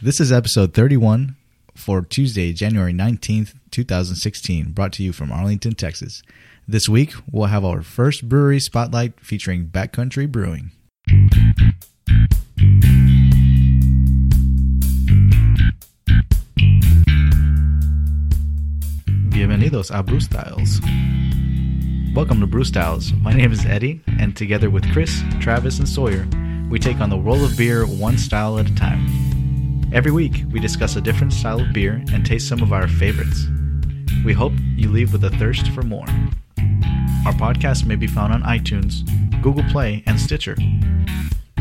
This is episode 31 for Tuesday, January 19th, 2016, brought to you from Arlington, Texas. This week, we'll have our first brewery spotlight featuring Backcountry Brewing. Bienvenidos a Brew Styles. Welcome to Brew Styles. My name is Eddie, and together with Chris, Travis, and Sawyer, we take on the world of beer one style at a time. Every week, we discuss a different style of beer and taste some of our favorites. We hope you leave with a thirst for more. Our podcast may be found on iTunes, Google Play, and Stitcher.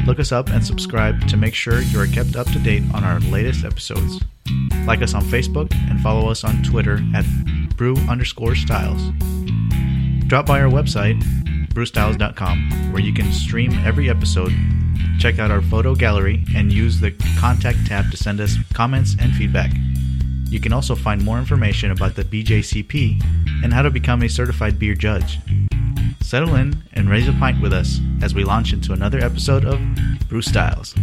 Look us up and subscribe to make sure you are kept up to date on our latest episodes. Like us on Facebook and follow us on Twitter at brew underscore styles. Drop by our website, brewstyles.com, where you can stream every episode, check out our photo gallery, and use the contact tab to send us comments and feedback. You can also find more information about the BJCP and how to become a certified beer judge. Settle in and raise a pint with us as we launch into another episode of Brew Styles.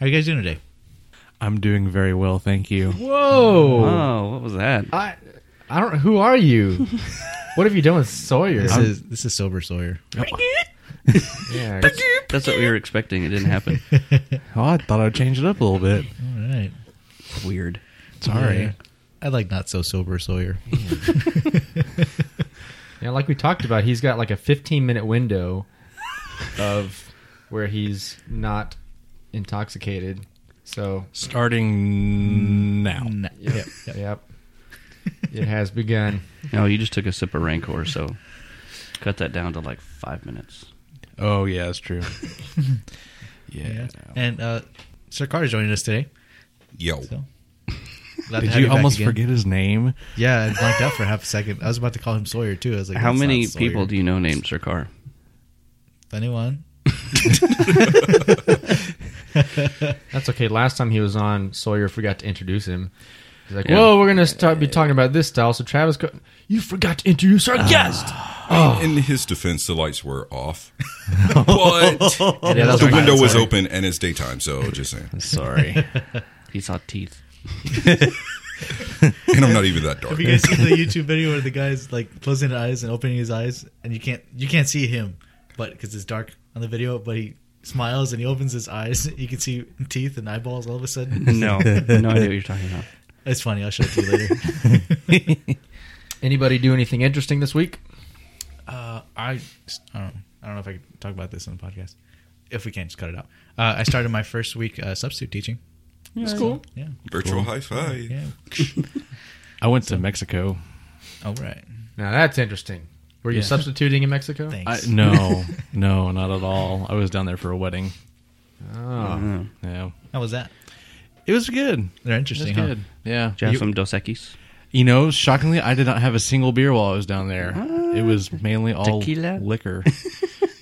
How you guys doing today? I'm doing very well, thank you. Uh, Whoa! Oh, what was that? I I don't. Who are you? what have you done with Sawyer? This is this is Sober Sawyer. Yeah, That's what we were expecting. It didn't happen. Oh, I thought I'd change it up a little bit. All right. Weird. Sorry. Yeah. I like not so sober Sawyer. yeah, like we talked about, he's got like a 15 minute window of where he's not intoxicated. So, Starting now. Nah. Yep, yep. yep, it has begun. No, you just took a sip of Rancor, so cut that down to like five minutes. Oh yeah, that's true. yeah. Yeah. And uh, Sir Carter's joining us today. Yo. So. Glad to Did have you back almost again. forget his name? Yeah, I blanked out for half a second. I was about to call him Sawyer too. I was like, How that's many not Sawyer. people do you know named Sarkar? Anyone? That's okay. Last time he was on, Sawyer forgot to introduce him. He's like, "Whoa, we're gonna start be talking about this style." So Travis, go, you forgot to introduce Uh, our guest. Oh. In his defense, the lights were off. but Yeah, that was the my- window was sorry. open and it's daytime, so just saying. Sorry. He saw teeth. And I'm not even that dark. Have you guys seen the YouTube video where the guy's like closing his eyes and opening his eyes, and you can't you can't see him, but because it's dark on the video, but he smiles and he opens his eyes, you can see teeth and eyeballs all of a sudden. No, no idea what you're talking about. It's funny. I'll show it to you later. Anybody do anything interesting this week? Uh, I, I don't, I don't know if I can talk about this on the podcast. If we can, just cut it out. Uh, I started my first week uh, substitute teaching. That's cool. Yeah, Virtual high five. yeah. I went to Mexico. All right. Now that's interesting. Were you Yeah. substituting in Mexico? I, Thanks. no, no, not at all. I was down there for a wedding. Oh. Oh. Yeah. How was that? It was good. They're It was interesting, huh? good. Yeah. Did you have You, some Dos Equis? you know, shockingly, I did not have a single beer while I was down there. What? Ah. It was mainly all Tequila? liquor.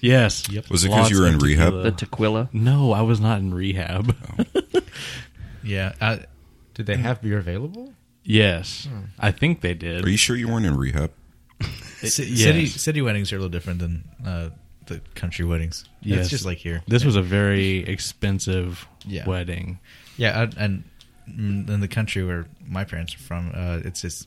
yes. Yep. Was it 'cause you were in rehab? The tequila? No, I was not in rehab. Yeah. Uh, Did they have beer available? Yes, I think they did. Are you sure you weren't in rehab? ci- yes. City city weddings are a little different than uh, the country weddings. It's Yes. just like here. This was a very expensive Yeah. wedding. Yeah, and- and mm, in the country where my parents are from, uh, it's just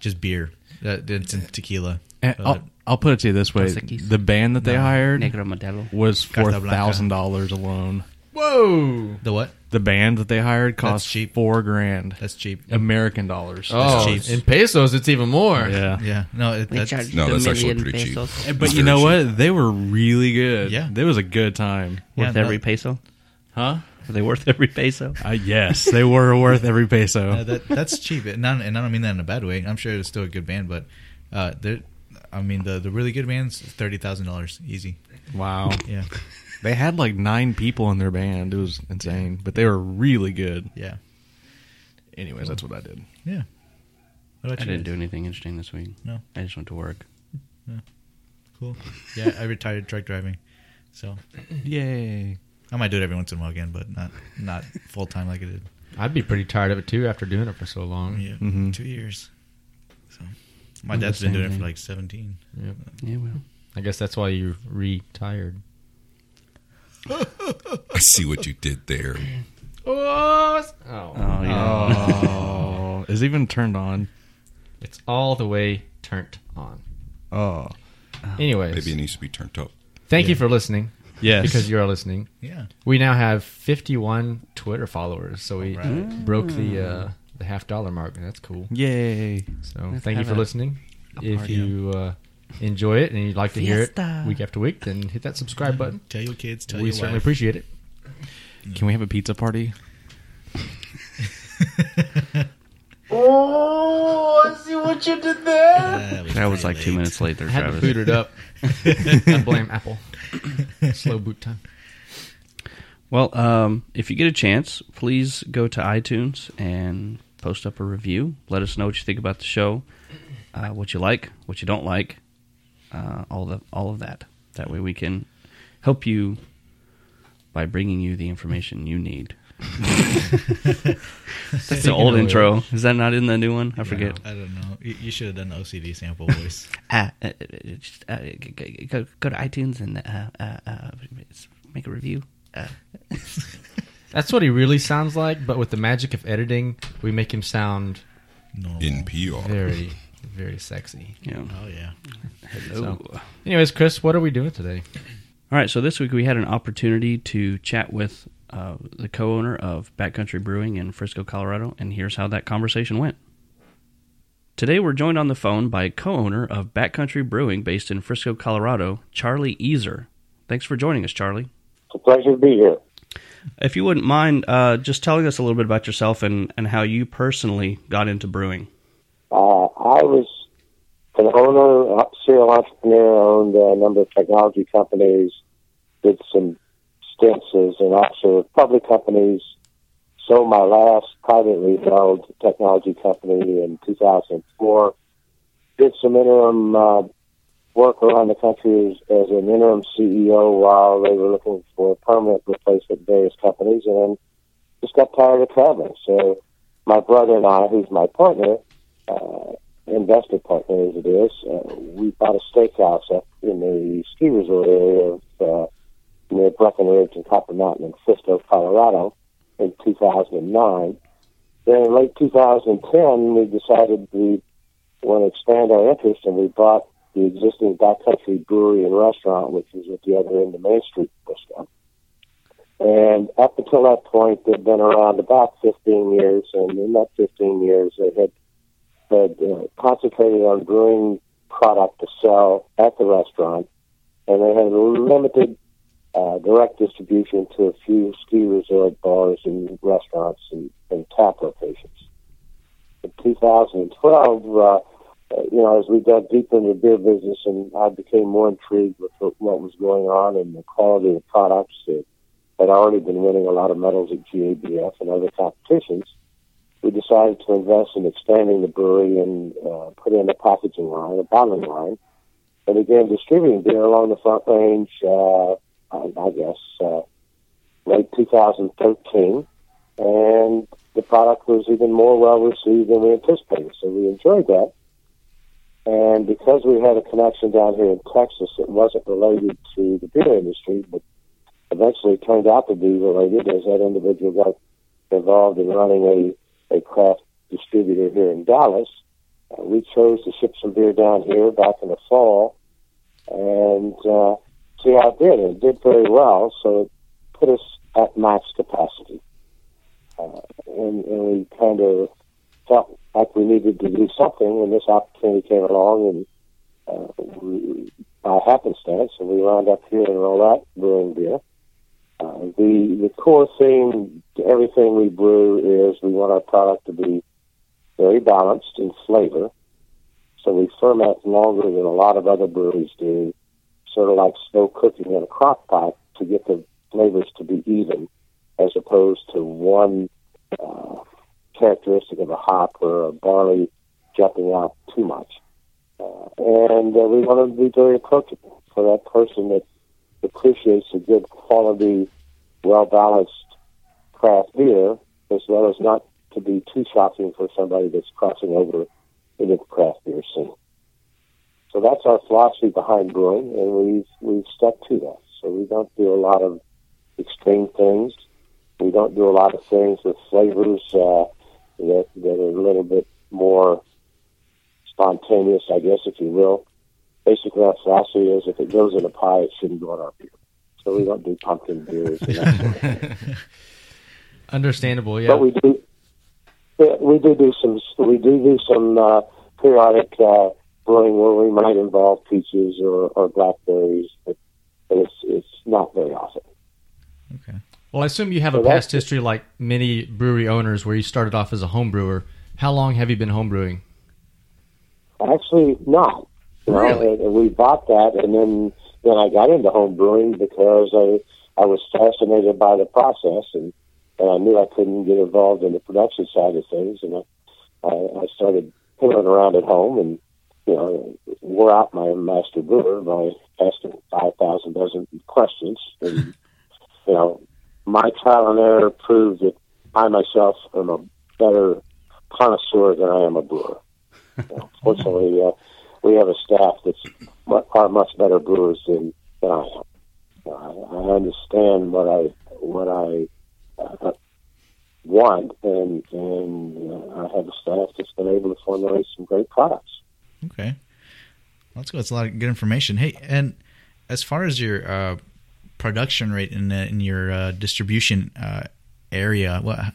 just beer. Uh, it's in tequila. And Uh, I'll, I'll put it to you this way: Dos Equis. the band that they hired Negro Modelo? was four Carta Blanca. thousand dollars alone. Whoa! the what? The band that they hired cost cheap. four grand That's cheap. American dollars. Oh, cheap. in pesos, it's even more. yeah. Yeah. No, it, that's No, that's actually pretty cheap. And- It's But you very know cheap. what? They were really good. Yeah. it was a good time. Yeah, Worth no- every peso? Huh? Were they worth every peso? Uh, yes, they were worth every peso. Uh, that that's cheap, and, not, and I don't mean that in a bad way. I'm sure it's still a good band, but uh, they're- I mean the the really good bands thirty thousand dollars easy. wow. Yeah, They had like nine people in their band. It was insane, but they were really good. yeah, Anyways, that's what I did. yeah. What I about you didn't do guys? anything interesting this week. No. I just went to work. Cool. Yeah, I retired truck driving, so Yay. I might do it every once in a while again, but not not full time like I did. I'd be pretty tired of it too after doing it for so long. Yeah, two years. So My Mm-hmm. I'm dad's the been same doing it thing. for like 17. Yeah, well, I guess that's why you retired. I see what you did there. Oh, oh yeah. Oh, is it even turned on? it's all the way turned on. Oh, Anyways, Maybe it needs to be turned up. thank you for listening yes. because you are listening. Yeah. We now have 51 Twitter followers, so we Alright. broke the uh, the half dollar mark. and That's cool. yay. So Let's thank you have for a- listening. If party. you uh, enjoy it and you'd like to hear Fiesta. it week after week, then hit that subscribe button. Tell your kids, tell we your certainly wife. appreciate it. Can we have a pizza party? that That was like two minutes later, I had to Travis. boot it up. I blame Apple. Slow boot time. Well, um, if you get a chance, please go to iTunes and post up a review. Let us know what you think about the show, uh, what you like, what you don't like, uh, all the all of that. That way, we can help you by bringing you the information you need. That's the old of intro. Is that not in the new one? I forget. I don't know. You, you should have done the OCD sample voice. Uh, uh, uh, just, uh, g- g- go, go to iTunes and uh, uh, uh, make a review. Uh, That's what he really sounds like, but with the magic of editing, we make him sound Normal. NPR. very, very sexy. yeah. Oh, yeah. Hello. Anyways, Chris, what are we doing today? All right, so this week we had an opportunity to chat with uh, the co owner of Backcountry Brewing in Frisco, Colorado, and here's how that conversation went. Today we're joined on the phone by co owner of Backcountry Brewing based in Frisco, Colorado, Charlie Easer. Thanks for joining us, Charlie. It's a pleasure to be here. If you wouldn't mind uh, just telling us a little bit about yourself and, and how you personally got into brewing. Uh, I was an owner, a serial entrepreneur, owned uh, a number of technology companies, did some stints as an officer of public companies, sold my last privately held technology company in 2004, did some interim uh, work around the country as, as an interim CEO while they were looking for a permanent replacement at various companies, and then just got tired of traveling. So my brother and I, who's my partner, uh, investor partner as it is, uh, we bought a steakhouse up in the ski resort area of uh, near Breckenridge and Copper Mountain in Frisco, Colorado, in 2009. Then in late 2010, we decided we want to expand our interest, and we bought the existing backcountry brewery and restaurant, which was at the other end of Main Street, Frisco. And up until that point, they'd been around about 15 years, and in that 15 years, they had had uh, concentrated on brewing product to sell at the restaurant, and they had limited uh, direct distribution to a few ski resort bars and restaurants and, and tap locations. In 2012, uh, uh, you know, as we got deeper into the beer business, and I became more intrigued with what what was going on and the quality of products that had already been winning a lot of medals at GABF and other competitions we decided to invest in expanding the brewery and uh, put in a packaging line, a bottling line, and began distributing beer along the Front Range, uh, I, I guess, uh, late 2013. And the product was even more well received than we anticipated, so we enjoyed that. And because we had a connection down here in Texas that wasn't related to the beer industry, but eventually turned out to be related as that individual got involved in running a a craft distributor here in Dallas. Uh, we chose to ship some beer down here back in the fall and uh, see how it did. It did very well, so it put us at max capacity. Uh, and, and we kind of felt like we needed to do something, and this opportunity came along, and uh, we, by happenstance, and we wound up here in Rolette brewing beer. Uh, the the core theme to everything we brew is we want our product to be very balanced in flavor. So we ferment longer than a lot of other breweries do, sort of like slow cooking in a crock pot to get the flavors to be even, as opposed to one uh, characteristic of a hop or a barley jumping out too much. Uh, and uh, we want to be very approachable for that person that appreciates a good quality, well balanced craft beer, as well as not to be too shocking for somebody that's crossing over into the craft beer scene. So that's our philosophy behind brewing, and we've we've stuck to that. So we don't do a lot of extreme things. We don't do a lot of things with flavors uh, that that are a little bit more spontaneous, I guess, if you will. Basically, our philosophy is if it goes in a pie, it shouldn't go in our beer. So we don't do pumpkin beers. And that sort of thing. Understandable, yeah. But we do, yeah, we do do some, we do do some uh, periodic uh, brewing where we might involve peaches or, or blackberries, but, but it's it's not very often. well, I assume you have a So that's- past history like many brewery owners where you started off as a home brewer. How long have you been home brewing? Actually, not. You know, Really? and, and we bought that, and then then I got into home brewing because I I was fascinated by the process, and and I knew I couldn't get involved in the production side of things, and I I, I started piddling around at home, and you know wore out my master brewer by asking five thousand dozen questions, and you know my trial and error proved that I myself am a better connoisseur than I am a brewer. Fortunately, uh, we have a staff that's mu- are much better brewers than, than I am. You know, I, I understand what I what I uh, want, and and uh, I have a staff that's been able to formulate some great products. Okay. Let's go. That's a lot of good information. Hey, and as far as your uh, production rate in, the, in your uh, distribution uh, area, well,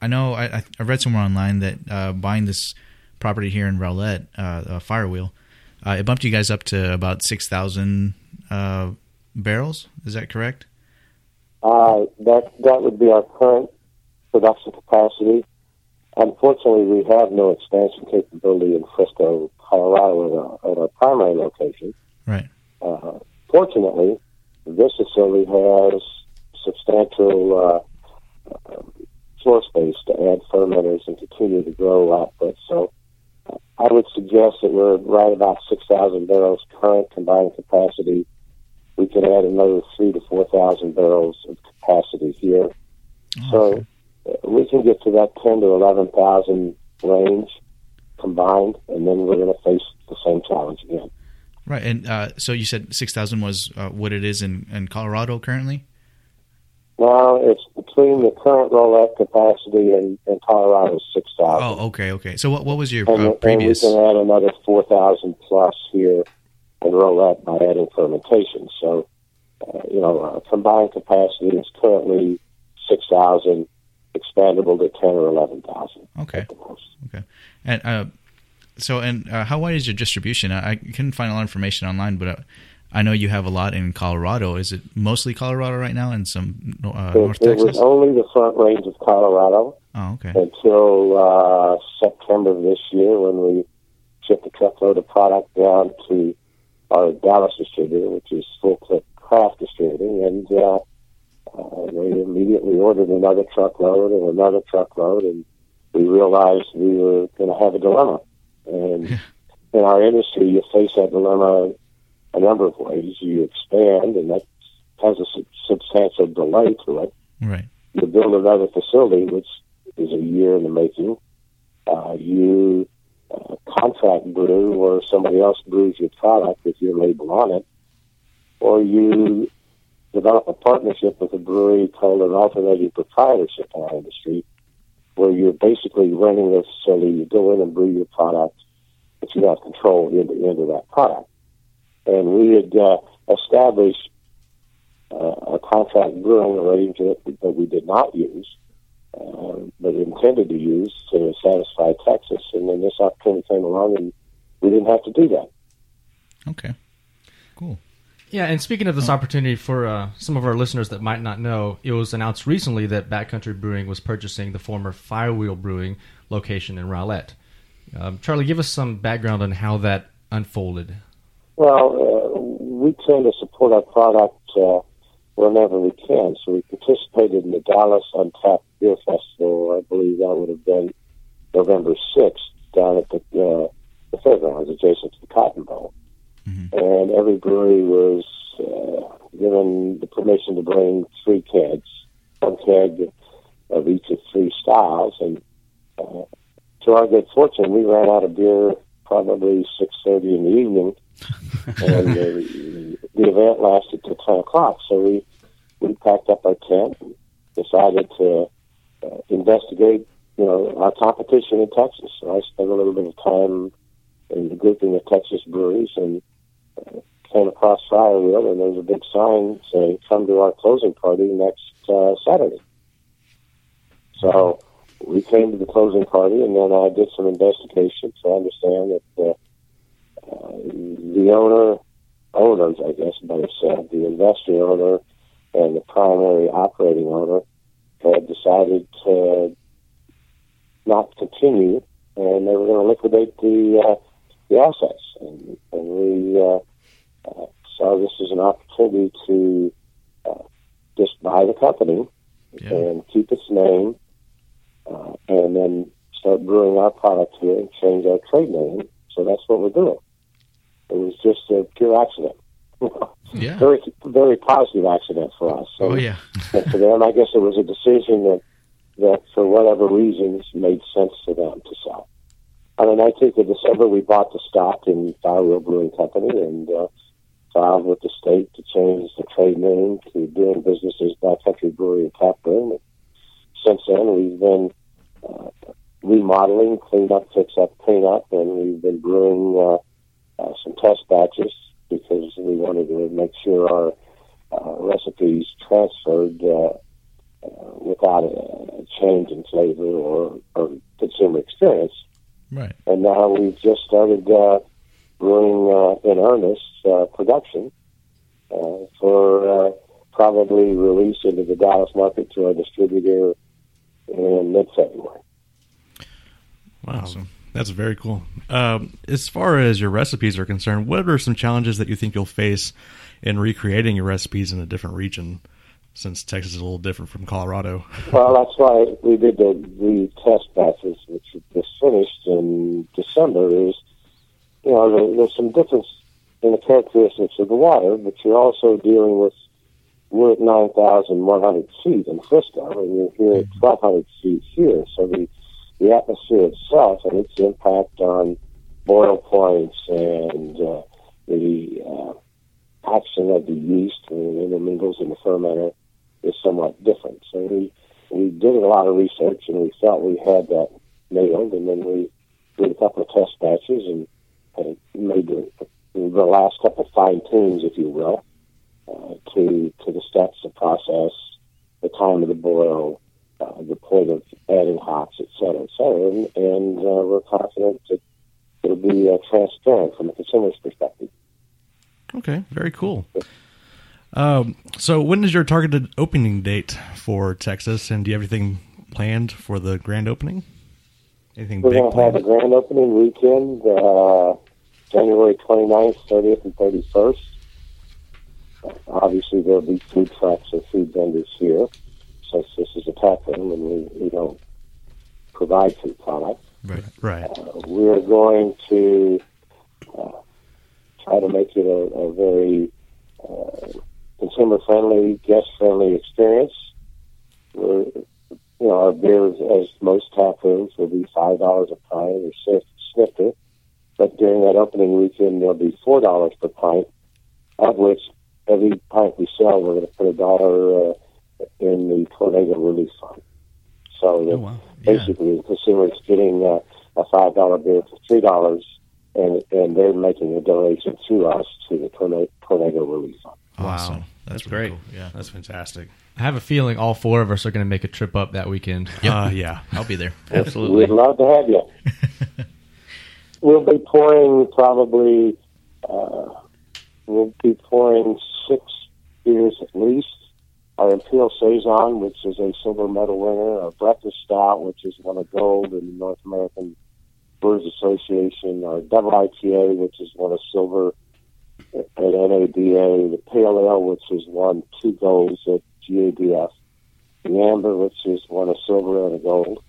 I know I, I- I read somewhere online that uh, buying this property here in Rowlett, uh, uh, Firewheel, uh, it bumped you guys up to about 6,000 uh, barrels. Is that correct? Uh, that that would be our current production capacity. Unfortunately, we have no expansion capability in Frisco, Colorado, at our, at our primary location. Right. Uh, fortunately, this facility has substantial uh, uh, floor space to add fermenters and continue to grow output. So uh, I would suggest that we're right about 6,000 barrels current combined capacity. We could add another three to 4,000 barrels of capacity here. So uh, we can get to that 10 to 11,000 range combined, and then we're going to face the same challenge again. Right. And uh, so you said 6,000 was uh, what it is in, in Colorado currently? Well, it's between the current rollout capacity and, and Colorado's 6,000. Oh, okay. Okay. So what, what was your Uh, and, uh, and we previous? can add another 4,000 plus here and roll out by adding fermentation. So, uh, you know, our combined capacity is currently 6,000, expandable to 10 or 11,000 Okay. at the most. And uh, so, and uh, how wide is your distribution? I, I couldn't find a lot of information online, but uh, I know you have a lot in Colorado. Is it mostly Colorado right now and some uh, North It, it was Texas? only the front range of Colorado. Oh, okay. until uh, September of this year when we shipped a truckload of product down to our Dallas distributor, which is Full Clip Craft Distributing, and uh, uh, they immediately ordered another truckload and another truckload, and we realized we were going to have a dilemma. And in our industry, you face that dilemma a number of ways. You expand, and that has a sub- substantial delay to it Right. you build another facility, which is a year in the making. Uh, you uh, contract brew, or somebody else brews your product with your label on it, or you develop a partnership with a brewery called an alternating proprietorship in our industry, where you're basically renting the facility. You go in and brew your product, but you have control end to end of that product. And we had uh, established uh, a contract brewing arrangement that we did not use, uh, but intended to use to satisfy Texas. And then this opportunity came along, and we didn't have to do that. Okay. Cool. Yeah, and speaking of this opportunity for uh, some of our listeners that might not know, it was announced recently that Backcountry Brewing was purchasing the former Firewheel Brewing location in Rowlett. Um, Charlie, give us some background on how that unfolded. Well, uh, we tend to support our product uh, whenever we can. So we participated in the Dallas Untapped Beer Festival. I believe that would have been November 6th down at the, uh, the fairgrounds adjacent to the Cotton Bowl. And every brewery was uh, given the permission to bring three kegs, one keg of each of three styles. And uh, to our good fortune, we ran out of beer probably six thirty in the evening, and the, the event lasted till ten o'clock. So we we packed up our tent, and decided to uh, investigate, you know, our competition in Texas. So I spent a little bit of time in the grouping of Texas breweries and uh, came across Firewheel, and there was a big sign saying, "Come to our closing party next uh, Saturday." So we came to the closing party, and then I did some investigation to understand that uh, uh, the owner, owners, I guess, better said, the investor owner and the primary operating owner had decided to not continue, and they were going to liquidate the uh, the assets. And, and we uh, uh, saw this as an opportunity to uh, just buy the company Yeah. and keep its name, uh, and then start brewing our product here and change our trade name. So that's what we're doing. It was just a pure accident. Yeah. very, very positive accident for us. So Oh yeah. but for them, I guess it was a decision that, that for whatever reasons made sense to them to sell. On the 19th of December, we bought the stock in Firewheel Brewing Company and uh, filed with the state to change the trade name to Doing Business as Backcountry Brewery and Tap Room. Since then, we've been uh, remodeling, clean up, fix up, clean up, and we've been brewing uh, uh, some test batches because we wanted to make sure our uh, recipes transferred uh, uh, without a, a change in flavor or, or consumer experience. Right. And now we've just started uh, brewing uh, in earnest uh, production uh, for uh, probably release into the Dallas market to our distributor in mid February. Wow. Awesome. That's very cool. Um, as far as your recipes are concerned, what are some challenges that you think you'll face in recreating your recipes in a different region? Since Texas is a little different from Colorado. Well, that's why we did the, the test batches, which was finished in December. Is you know there, there's some difference in the characteristics of the water, but you're also dealing with we're at nine thousand one hundred feet in Frisco, and you're here at twelve hundred feet here. So the the atmosphere itself and its impact on boil points and uh, the uh, action of the yeast when it intermingles in the fermenter is somewhat different. So we we did a lot of research and we felt we had that nailed, and then we did a couple of test batches and, and made the, the last couple fine tunes, if you will, uh, to to the steps, the process, the time of the boil, uh, the point of adding hops, et cetera, et cetera. And, and uh, we're confident that it'll be uh, transparent from the consumer's perspective. Okay, very cool. Um, so, when is your targeted opening date for Texas, and do you have anything planned for the grand opening? Anything We're big going to have a planned? grand opening weekend, uh, January 29th, 30th, and 31st. Obviously, there'll be food trucks and food vendors here, since this is a tap room and we, we don't provide food products. Right. Right. We're going to uh, try to make it a, a very uh, consumer-friendly, guest-friendly experience. We're, you know, our beers, as most tap rooms, will be five dollars a pint or sniff, snifter, but during that opening weekend, there'll be four dollars per pint, of which every pint we sell, we're going to put a dollar uh, in the tornado relief fund. So that Oh, wow. basically, the consumer is getting uh, a five dollar beer for three dollars, and and they're making a donation to us to the tornado, tornado relief fund. Awesome. Wow. That's, That's really great. Cool. Yeah. That's fantastic. I have a feeling all four of us are going to make a trip up that weekend. Uh, yeah. I'll be there. Absolutely. We'd love to have you. we'll be pouring probably, uh, we'll be pouring six beers at least. Our Imperial Saison, which is a silver medal winner, our Breakfast Stout, which is one of gold in the North American Brewers Association, our Double IPA, which is one of silver at NABA, the Pale Ale, which has won two golds at GABF, the Amber, which has won a silver and a gold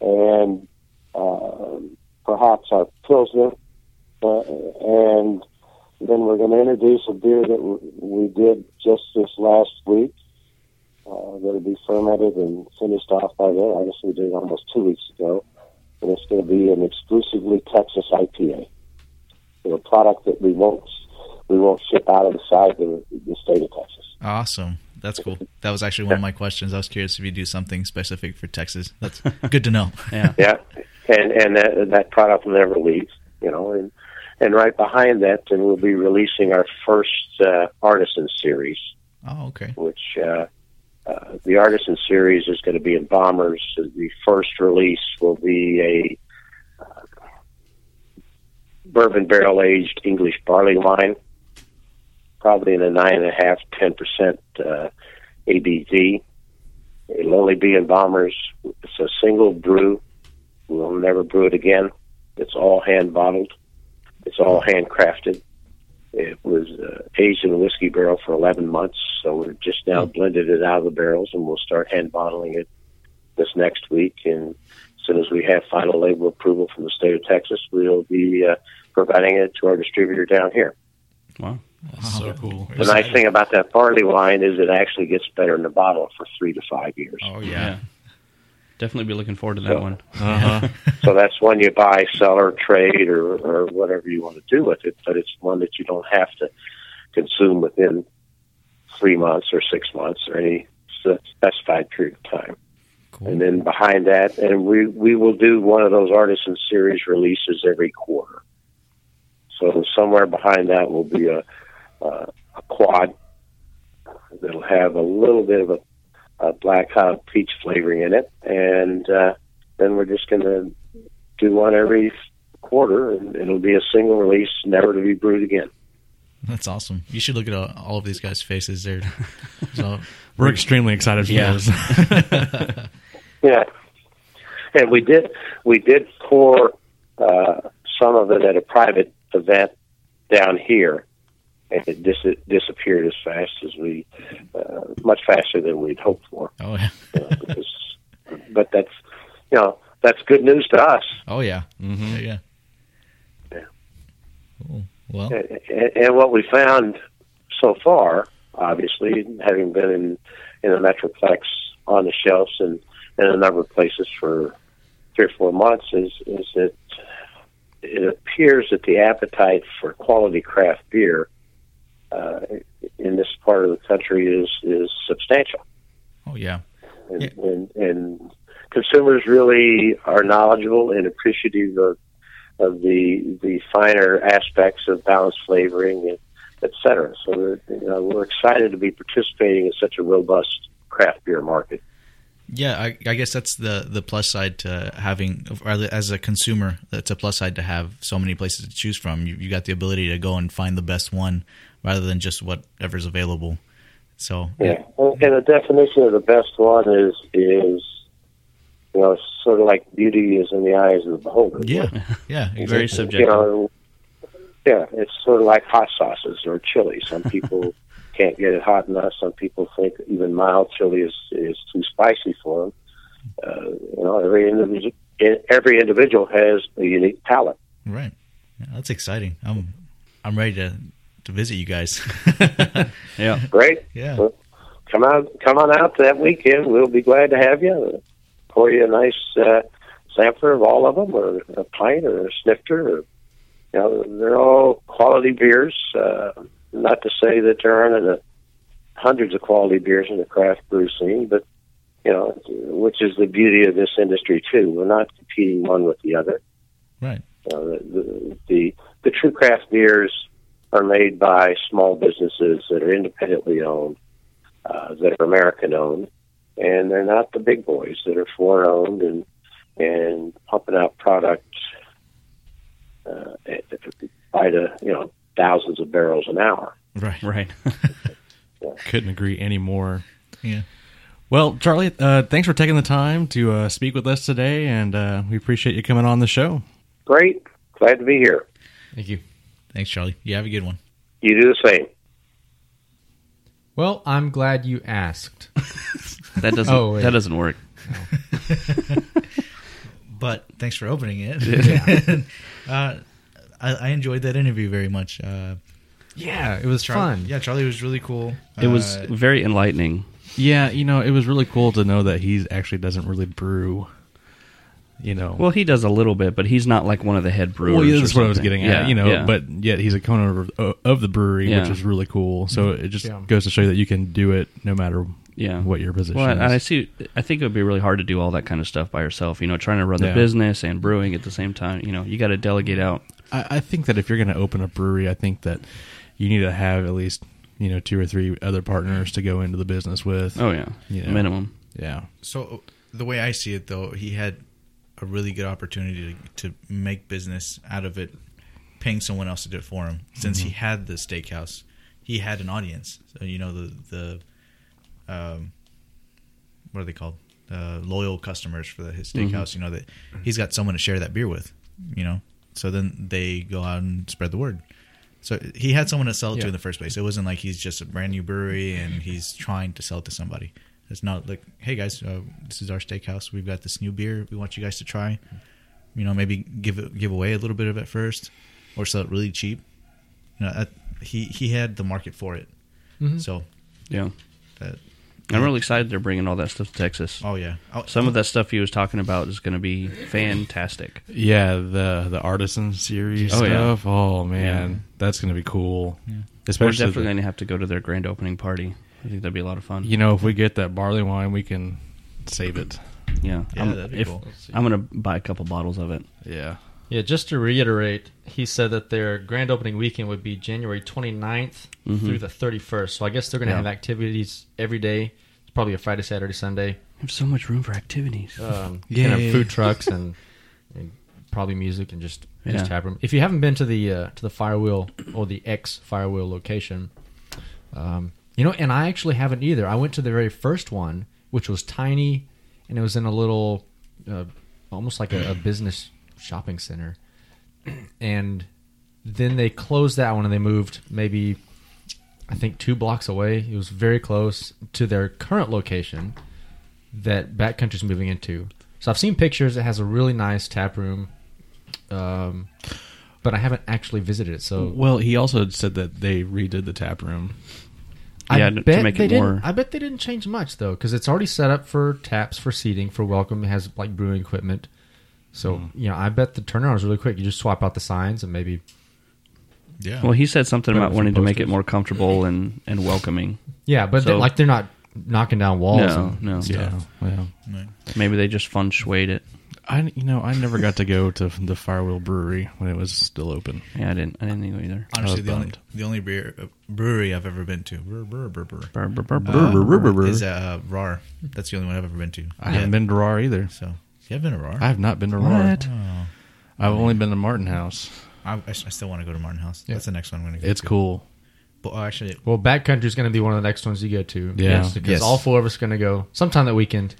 and uh, perhaps our pilsner. Uh, and then we're going to introduce a beer that w- we did just this last week. Uh, that'll be fermented and finished off by then. I guess we did it almost two weeks ago, and it's going to be an exclusively Texas IPA. you know, product that we won't we won't ship out of the side of the, the state of Texas. Awesome. That's cool. That was actually one of my questions. I was curious if you do something specific for Texas. That's good to know. Yeah. Yeah, and and that that product will never leave. You know, and and right behind that, then we'll be releasing our first uh, artisan series, Oh, okay. which uh, uh, the artisan series is going to be in bombers. The first release will be a uh, bourbon barrel aged English barley wine, probably in a nine and a half ten percent uh, ABV. It'll only be in bombers. It's a single brew. We'll never brew it again. It's all hand bottled. It's all handcrafted. It was uh, aged in a whiskey barrel for 11 months, so we're just now blended it out of the barrels, and we'll start hand bottling it this next week. And as soon as we have final label approval from the state of Texas, we'll be uh, providing it to our distributor down here. Wow. That's so cool. The nice thing about that barley wine is it actually gets better in the bottle for three to five years. Oh, Yeah. Definitely be looking forward to that Yeah. one. Uh-huh. So that's one you buy, sell, or trade, or, or whatever you want to do with it. But it's one that you don't have to consume within three months or six months or any s- specified period of time. Cool. And then behind that, and we we will do one of those artisan series releases every quarter. So somewhere behind that will be a uh, a quad that'll have a little bit of a, a black hop peach flavoring in it, and uh, then we're just going to do one every quarter, and it'll be a single release, never to be brewed again. That's awesome. You should look at all, all of these guys' faces. They're so We're extremely excited for Yeah. this. Yeah, and we did we did pour uh, some of it at a private event down here, and it dis- disappeared as fast as we, uh, much faster than we'd hoped for. oh yeah You know, because, but that's you know that's good news to us, oh yeah Mhm. yeah yeah. Yeah. Cool. Well, and, and what we found so far, obviously, having been in in the metroplex on the shelves and in a number of places for three or four months, is is that it appears that the appetite for quality craft beer uh, in this part of the country is is substantial. oh yeah. and, Yeah. and, and consumers really are knowledgeable and appreciative of, of the the finer aspects of balanced flavoring, and et cetera. So you know, we're excited to be participating in such a robust craft beer market. Yeah, I, I guess that's the the plus side to having, or as a consumer, that's a plus side to have so many places to choose from. You, you got the ability to go and find the best one rather than just whatever's available. So Yeah, and, and the definition of the best one is is you know sort of like beauty is in the eyes of the beholder. yeah, yeah, Very exactly. subjective. You know, yeah, it's sort of like hot sauces or chili. Some people can't get it hot enough. Some people think even mild chili is is too spicy for them. Uh, you know, every individual every individual has a unique palate. Right, yeah, that's exciting. I'm I'm ready to to visit you guys. Yeah. Great, yeah, come out come on out to that weekend. We'll be glad to have you. Pour you a nice uh, sampler of all of them, or a pint, or a snifter. Or, you know, they're all quality beers. Uh, not to say that there aren't a, hundreds of quality beers in the craft brew scene, but you know, which is the beauty of this industry too. We're not competing one with the other. Right. You know, the, the the true craft beers are made by small businesses that are independently owned, uh, that are American owned, and they're not the big boys that are foreign owned and and pumping out product uh, by the you know thousands of barrels an hour. right. Right. Couldn't agree any more. Yeah. Well, Charlie, uh, thanks for taking the time to uh, speak with us today, and uh, we appreciate you coming on the show. Great, glad to be here. Thank you. Thanks, Charlie. You have a good one. You do the same. Well, I'm glad you asked. That doesn't Oh, wait. that doesn't work. but thanks for opening it. Yeah. uh, I, I enjoyed that interview very much. Uh, Yeah, it was Char- fun. Yeah, Charlie was really cool. It was Uh, very enlightening. Yeah, you know, it was really cool to know that he actually doesn't really brew. you know. Well, he does a little bit, but he's not like one of the head brewers. Well, yeah, that's or what I was something. getting at, Yeah, you know. yeah. But yet he's a co-owner of, of the brewery, Yeah. which is really cool. So it just Yeah. goes to show you that you can do it no matter yeah, what your position Well, and I is. see. I think it would be really hard to do all that kind of stuff by yourself. You know, trying to run the Yeah. business and brewing at the same time. You know, you got to delegate out. I, I think that if you're going to open a brewery, I think that you need to have at least you know two or three other partners to go into the business with. Oh yeah, Yeah. minimum. Yeah, So the way I see it, though, he had a really good opportunity to, to make business out of it, paying someone else to do it for him. Since he had the steakhouse, he had an audience. So you know the the um, what are they called? Uh, loyal customers for the, his steakhouse. You know that he's got someone to share that beer with. You know, so then they go out and spread the word. So he had someone to sell it to Yeah. in the first place. It wasn't like he's just a brand new brewery and he's trying to sell it to somebody. It's not like, hey guys, uh, this is our steakhouse. We've got this new beer. We want you guys to try. You know, maybe give it- give away a little bit of it first, or sell it really cheap. You know, that, he he had the market for it. So Yeah, that I'm really excited they're bringing all that stuff to Texas. oh yeah, Oh, Some of that stuff he was talking about is going to be fantastic. yeah. The the artisan series Oh, yeah. stuff. Oh man, that's going to be cool. We're Especially definitely the- going to have to go to their grand opening party. I think that'd be a lot of fun. you know if we get that barley wine, we can save it. Yeah, Yeah, I'm, that'd be if- cool. I'm gonna buy a couple bottles of it. Yeah. Yeah, just to reiterate, he said that their grand opening weekend would be January 29th through the 31st. So I guess they're going to Yeah. have activities every day. It's probably a Friday, Saturday, Sunday. I have so much room for activities. Um, you know, Yay. food trucks and, and probably music and just just Yeah. have them. If you haven't been to the uh, to the Firewheel or the ex Firewheel location, um, you know, and I actually haven't either. I went to the very first one, which was tiny, and it was in a little, uh, almost like a, a business shopping center, and then they closed that one and they moved maybe I think two blocks away. It was very close to their current location that Backcountry's moving into. So I've seen pictures. It has a really nice tap room, um, but I haven't actually visited it. So Well, he also said that they redid the tap room. Yeah, I to bet make they it didn't. more- I bet they didn't change much though, because it's already set up for taps, for seating, for welcome. It has like brewing equipment. So Hmm. you know, I bet the turnaround is really quick. You just swap out the signs and maybe yeah. Well, he said something Better about than wanting to make it posters. more comfortable and, and welcoming. yeah, but So- they, like they're not knocking down walls. No, and no. Yeah. Yeah. Maybe they just fun shued it. I you know I never got to go to the Firewheel Brewery when it was still open. Yeah, I didn't. I didn't think of either. uh, Honestly, the only bummed. the only beer uh, brewery I've ever been to brr, brr, brr, brr, Brr, brr, brr, brr. uh, brr, brr, brr. is uh, RAR. That's the only one I've ever been to. I haven't been to RAR either. So you have been to RAR. Oh, I have not been to RAR. What? I've only been to Martin House. I, I s- I still want to go to Martin House. That's the next one I'm going to go. It's to. cool. But oh, actually, Well, backcountry is going to be one of the next ones you go to. Yeah. Yes, because Yes. all four of us are going to go sometime that weekend,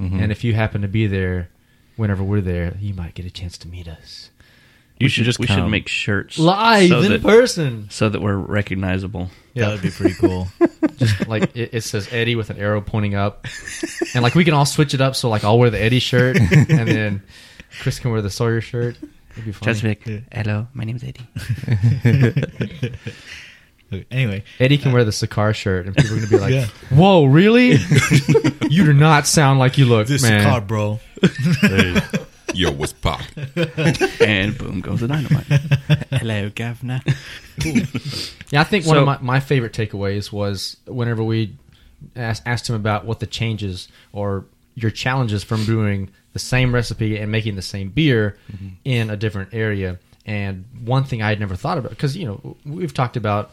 and if you happen to be there, whenever we're there, you might get a chance to meet us You We should just we should come. make shirts live so in that, person. so that we're recognizable. that would be pretty cool. like it, it says Eddie with an arrow pointing up, and like we can all switch it up. So like I'll wear the Eddie shirt, and then Chris can wear the Sawyer shirt. It'd be funny. Just be like, hello, my name's Eddie. Okay, anyway, Eddie can wear the Sakar shirt, and people are gonna be like, Yeah. "Whoa, really? you do not sound like you look, this man." car, bro. Yo, what's pop? and boom goes the dynamite. Hello, Governor. Yeah, I think one So- of my, my favorite takeaways was whenever we asked, asked him about what the changes or your challenges from brewing the same recipe and making the same beer in a different area. And one thing I had never thought about because you know we've talked about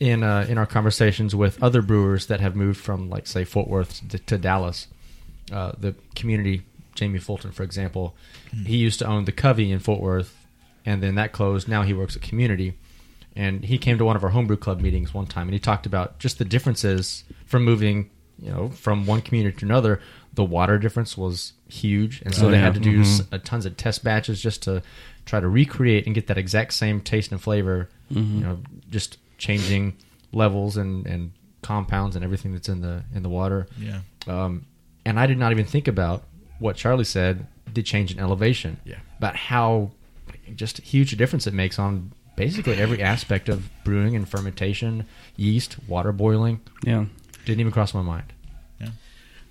in uh, in our conversations with other brewers that have moved from like say Fort Worth to, to Dallas, uh, the community Jamie Fulton, for example, Hmm. he used to own the Covey in Fort Worth, and then that closed. Now he works at Community, and he came to one of our homebrew club meetings one time, and he talked about just the differences from moving, you know, from one community to another. The water difference was huge, and so Oh, they yeah. had to do s uh tons of test batches just to try to recreate and get that exact same taste and flavor. Mm-hmm. You know, just changing levels and and compounds and everything that's in the in the water. Yeah. Um, and I did not even think about what Charlie said, the change in elevation. Yeah. About how just huge a difference it makes on basically every aspect of brewing and fermentation, yeast, water boiling. Yeah. Didn't even cross my mind.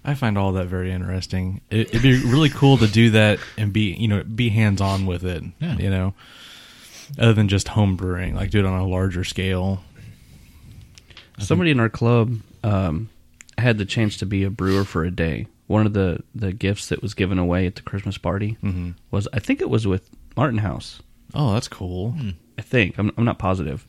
I find all that very interesting. It, it'd be really cool to do that and be you know be hands on with it. Yeah. You know, other than just home brewing, like do it on a larger scale. Somebody in our club um, had the chance to be a brewer for a day. One of the, the gifts that was given away at the Christmas party was, I think it was with Martin House. Oh, that's cool. Hmm. I think. I'm, I'm not positive.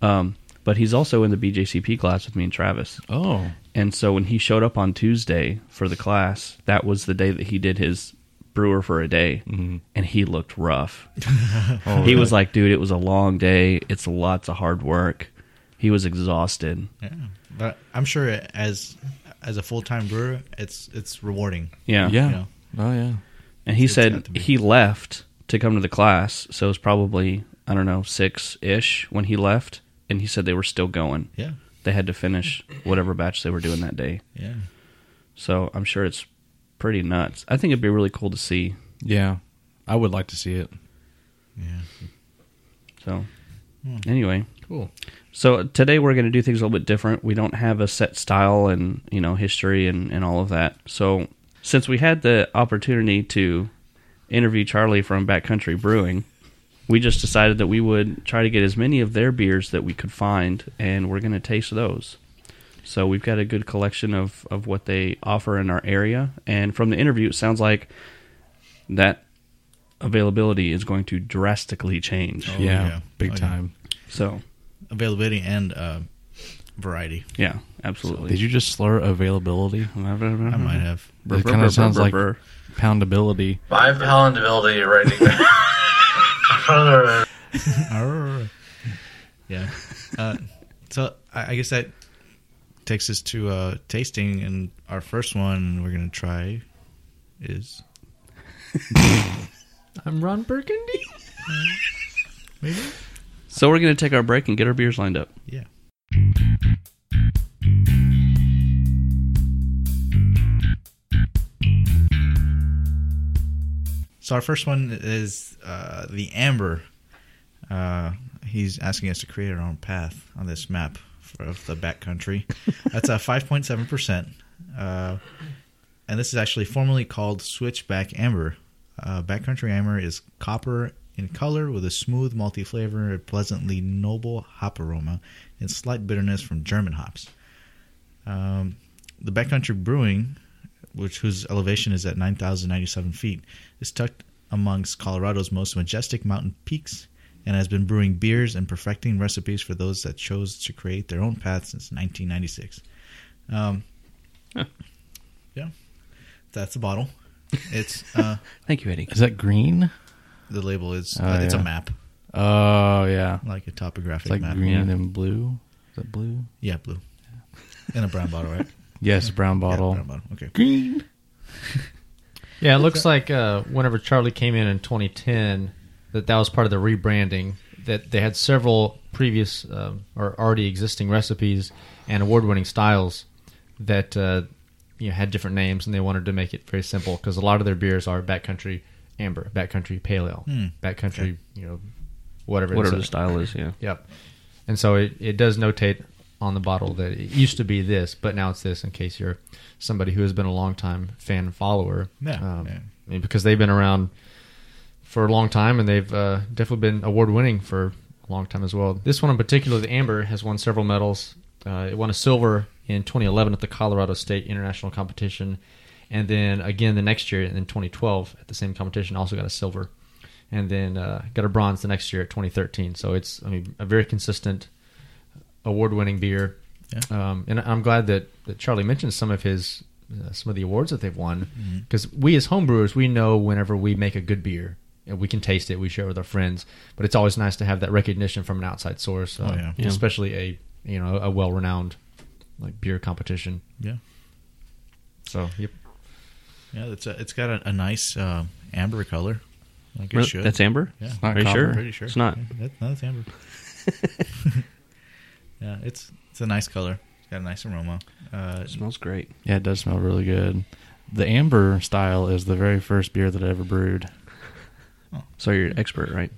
Um, but he's also in the BJCP class with me and Travis. Oh, And so when he showed up on Tuesday for the class, that was the day that he did his brewer for a day. Mm-hmm. And he looked rough. Oh, he was like, dude, it was a long day. It's lots of hard work. He was exhausted. Yeah, but I'm sure as as a full time brewer, it's it's rewarding. Yeah. yeah. Oh yeah. And he It's said got to be. he left to come to the class. So it was probably, I don't know, six ish when he left. And he said they were still going. Yeah, They had to finish whatever batch they were doing that day. yeah. So I'm sure it's pretty nuts. I think it'd be really cool to see. Yeah. I would like to see it. So anyway, Cool. So today we're going to do things a little bit different. We don't have a set style and you know history and and all of that. So since we had the opportunity to interview Charlie from Backcountry Brewing, we just decided that we would try to get as many of their beers that we could find, and we're going to taste those. So we've got a good collection of of what they offer in our area, and from the interview, it sounds like that availability is going to drastically change. Oh, yeah, yeah. Big Oh, yeah. time. So Availability and uh, variety. yeah, absolutely. Did you just slur availability? I might have. It kind of sounds like poundability. My palatability right there. Arr. yeah. Uh, so I, I guess that takes us to uh, tasting, and our first one we're gonna try is I'm Ron Burgundy. maybe So we're gonna take our break and get our beers lined up. yeah. So our first one is uh, the amber. Uh, he's asking us to create our own path on this map for, of the backcountry. That's a five point seven percent, uh, and this is actually formerly called switchback amber. Uh, backcountry amber is copper in color with a smooth, multi flavor, pleasantly noble hop aroma and slight bitterness from German hops. Um, the backcountry brewing, which whose elevation is at nine thousand ninety seven feet, is tucked amongst Colorado's most majestic mountain peaks and has been brewing beers and perfecting recipes for those that chose to create their own path since 1996. Um, Huh. Yeah, that's the bottle. It's uh, Thank you, Eddie. Is that green? the label is Oh, uh, it's yeah. a map, Oh yeah. like a topographic It's like map. green Yeah. and blue. Is that blue? Yeah, blue. In a brown bottle, right? Yes, brown Yeah, bottle. brown bottle. Okay. Green. Yeah, it looks like uh, whenever Charlie came in in 2010, that that was part of the rebranding. That they had several previous um, or already existing recipes and award-winning styles that uh, you know had different names, and they wanted to make it very simple because a lot of their beers are backcountry amber, backcountry pale ale, backcountry you know whatever it Whatever the is. style is, yeah. Yep. And so it, it does notate on the bottle that it used to be this, but now it's this in case you're somebody who has been a long time fan and follower. Yeah, Um, yeah. I mean, Because they've been around for a long time and they've uh, definitely been award winning for a long time as well. This one in particular, the Amber, has won several medals. Uh, it won a silver in 2011 at the Colorado State International Competition. And then again the next year in 2012 at the same competition, also got a silver and then uh, got a bronze the next year at 2013. So it's I mean a very consistent award-winning beer. Um, and I'm glad that, that Charlie mentioned some of his uh, some of the awards that they've won Mm-hmm. because we as homebrewers we know whenever we make a good beer and we can taste it, we share it with our friends, but it's always nice to have that recognition from an outside source, uh, Oh, yeah. Yeah. especially a you know a well-renowned like beer competition. Yeah. So yep. Yeah, it's a, it's got a, a nice uh, amber color. Like it Really? should. That's amber? Yeah. not Are you copper. sure? I'm pretty sure It's not. Yeah, that- no, it's amber. yeah, it's it's a nice color. It's got a nice aroma. Uh, It smells great. Yeah, it does smell really good. The amber style is the very first beer that I ever brewed. So you're an expert, right?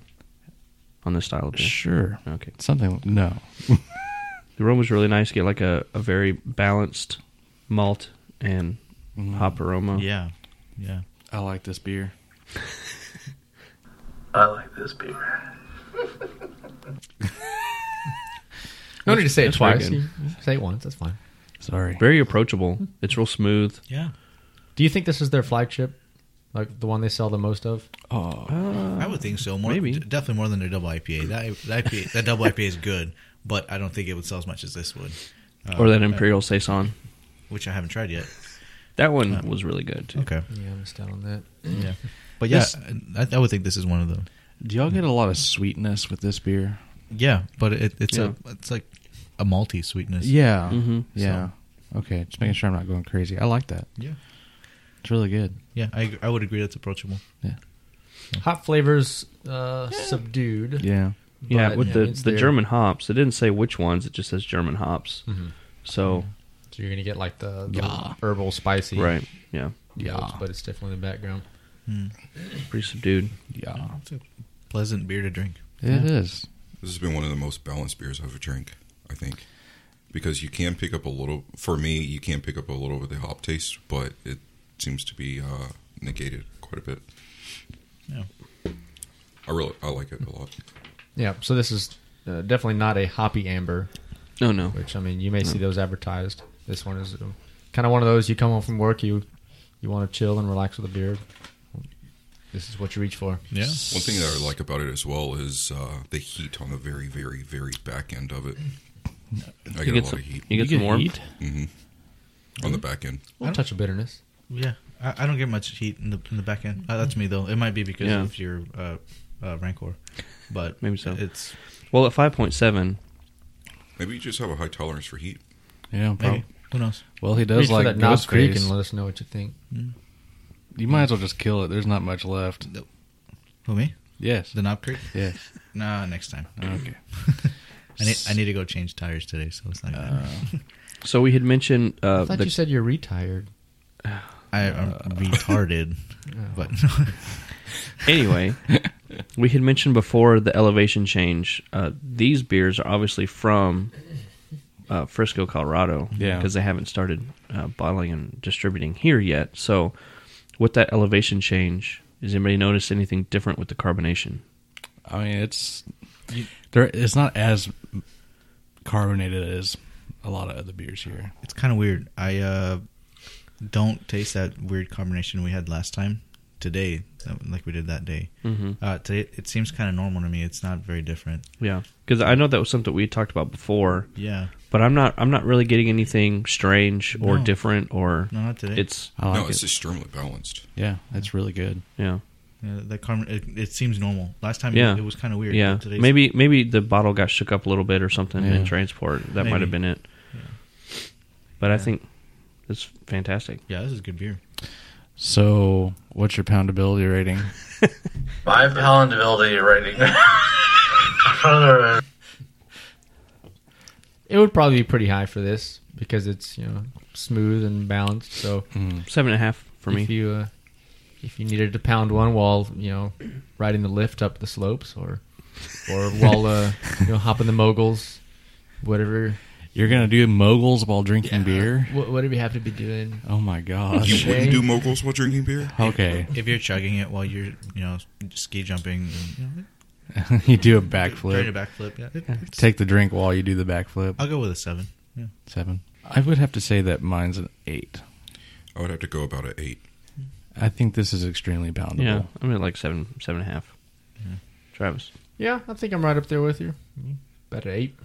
On this style of beer. Sure. Okay. Something. No. The aroma's really nice. Get like a, a very balanced malt and hop aroma. Yeah. Yeah. I like this beer. I like this beer. No need to say it That's very twice. good. You say it once. That's fine. Sorry. Very approachable. It's real smooth. Yeah. Do you think this is their flagship, like the one they sell the most of? I would think so. More, maybe. d- definitely more than a double IPA. That that, IPA, that double IPA is good, but I don't think it would sell as much as this would, Uh, or that Imperial Saison. which I haven't tried yet. That one was really good too. Okay, Yeah, I missed out on that. yeah, but yeah, This- I, I would think this is one of them. Do y'all get a lot of sweetness with this beer? Yeah, but it, it's a it's like a malty sweetness. Yeah. Mm-hmm. Mhm. Yeah. Okay. Just making sure I'm not going crazy. I like that. Yeah. It's really good. yeah, I I would agree that's approachable. Hop flavors uh, subdued. Yeah. Yeah, but with the it's the there. German hops. It didn't say which ones. It just says German hops. So So you're gonna get like the, the herbal spicy. right, yeah, Yeah, but it's definitely in the background. pretty subdued. Yeah. It's a pleasant beer to drink. It is. This has been one of the most balanced beers I've ever drank, I think. Because you can pick up a little, for me, you can pick up a little with the hop taste, but it seems to be uh, negated quite a bit. Yeah. I really, I like it a lot. Yeah. So this is uh, definitely not a hoppy amber, No, Oh, no, which I mean you may see those advertised. This one is um, kind of one of those you come home from work you you want to chill and relax with a beer. This is what you reach for. Yeah, One thing that I like about it as well is uh, the heat on the very, very, very back end of it. I you get a get lot some, of heat you get some warmth. on the back end. A little touch of bitterness. yeah. I, I don't get much heat in the in the back end. Uh, that's me though. It might be because Mm-hmm. Yeah. of your uh, uh, rancor, but Maybe so. It's Well, at five point seven, Maybe you just have a high tolerance for heat. Yeah. prob- maybe who knows. Well, he does Reach like for that Knob Creek Ghostface. and let us know what you think. You might as well just kill it. There's not much left. Who me? Yes. The knob creek? Yes. Nah, next time. Okay. I need I need to go change tires today, so it's not. Gonna Uh, so we had mentioned uh, I thought the you said you're retired. I, uh. I'm retarded, Oh. but anyway, we had mentioned before the elevation change. Uh, these beers are obviously from uh, Frisco, Colorado, Yeah. because they haven't started uh, bottling and distributing here yet. So, with that elevation change, does anybody notice anything different with the carbonation? I mean, it's there. It's not as carbonated as a lot of other beers here. it's kind of weird. I uh, don't taste that weird combination we had last time today, like we did that day. Mm-hmm. Uh, today it seems kind of normal to me. It's not very different. Yeah, because I know that was something we had talked about before, Yeah, but I'm not. I'm not really getting anything strange or No. different or no, not today. it's. Oh, I like no, it's it. extremely balanced. yeah, it's really good. Yeah, Yeah, the carb- it, it seems normal. Last time, Yeah. it, was kind of weird. yeah. but today's- Maybe maybe the bottle got shook up a little bit or something Yeah. in transport. That might Maybe. have been it. But I think it's fantastic. Yeah, this is good beer. So, what's your poundability rating? My palatability rating. I It would probably be pretty high for this because it's you know smooth and balanced. So Mm. Seven and a half for if me. you uh, if you needed to pound one while you know riding the lift up the slopes or or while uh, you know hopping the moguls, whatever You're gonna do moguls while drinking beer? wh- whatever you have to be doing. Oh my gosh. You wouldn't do moguls while drinking beer? okay, If you're chugging it while you're, you know, ski jumping, and, you know, you do a doing a backflip. backflip, yeah, it- it's- Take the drink while you do the backflip. I'll go with a seven. Yeah. Seven. I would have to say that mine's an eight. I would have to go about an eight. I think this is extremely poundable. Yeah, I'm at like seven, seven and a half. Travis, Yeah, I think I'm right up there with you. About an eight.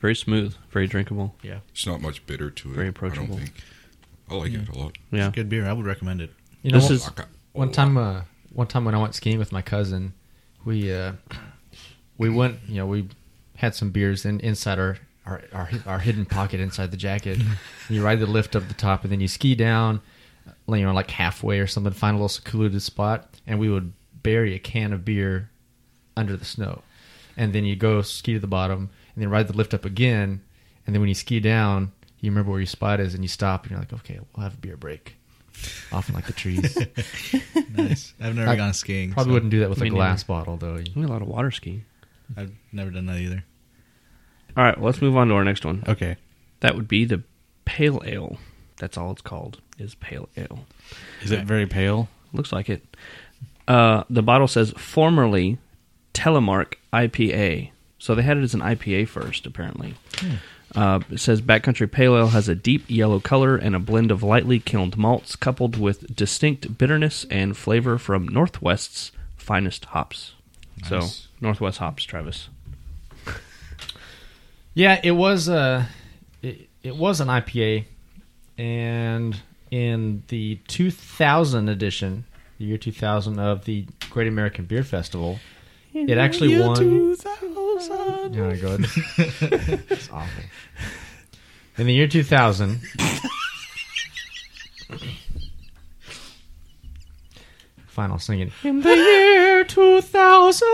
very smooth, very drinkable. It's not much bitter to it. Very approachable. I don't think. I like it a lot. Yeah, It's good beer. I would recommend it. You know, This what- is- One time, uh, one time when I went skiing with my cousin, we uh, we went. You know, we had some beers in, inside our, our our our hidden pocket inside the jacket. you ride the lift up the top, and then you ski down. You know, like halfway or something, find a little secluded spot, and we would bury a can of beer under the snow, and then you go ski to the bottom, and then ride the lift up again, and then when you ski down, you remember where your spot is, and you stop, and you're like, okay, we'll have a beer break. Off in like the trees. Nice. I've never I gone skiing. Probably so wouldn't do that with Me a glass bottle, though. We had a lot of water skiing. I've never done that either. All right, well, let's move on to our next one. Okay. That would be the pale ale. That's all it's called is pale ale. Is it very pale? Looks like it. Uh, the bottle says formerly Telemark IPA. So they had it as an IPA first, apparently. Uh, it says Backcountry Pale Ale has a deep yellow color and a blend of lightly kilned malts coupled with distinct bitterness and flavor from Northwest's finest hops. So, Northwest hops, Travis. Yeah, it was a it, it was an IPA, and in the 2000 edition, the year 2000 of the Great American Beer Festival, it actually won. 2000. Yeah, go ahead. it's awful. In the year 2000, fine, I'll sing it. In the year 2000,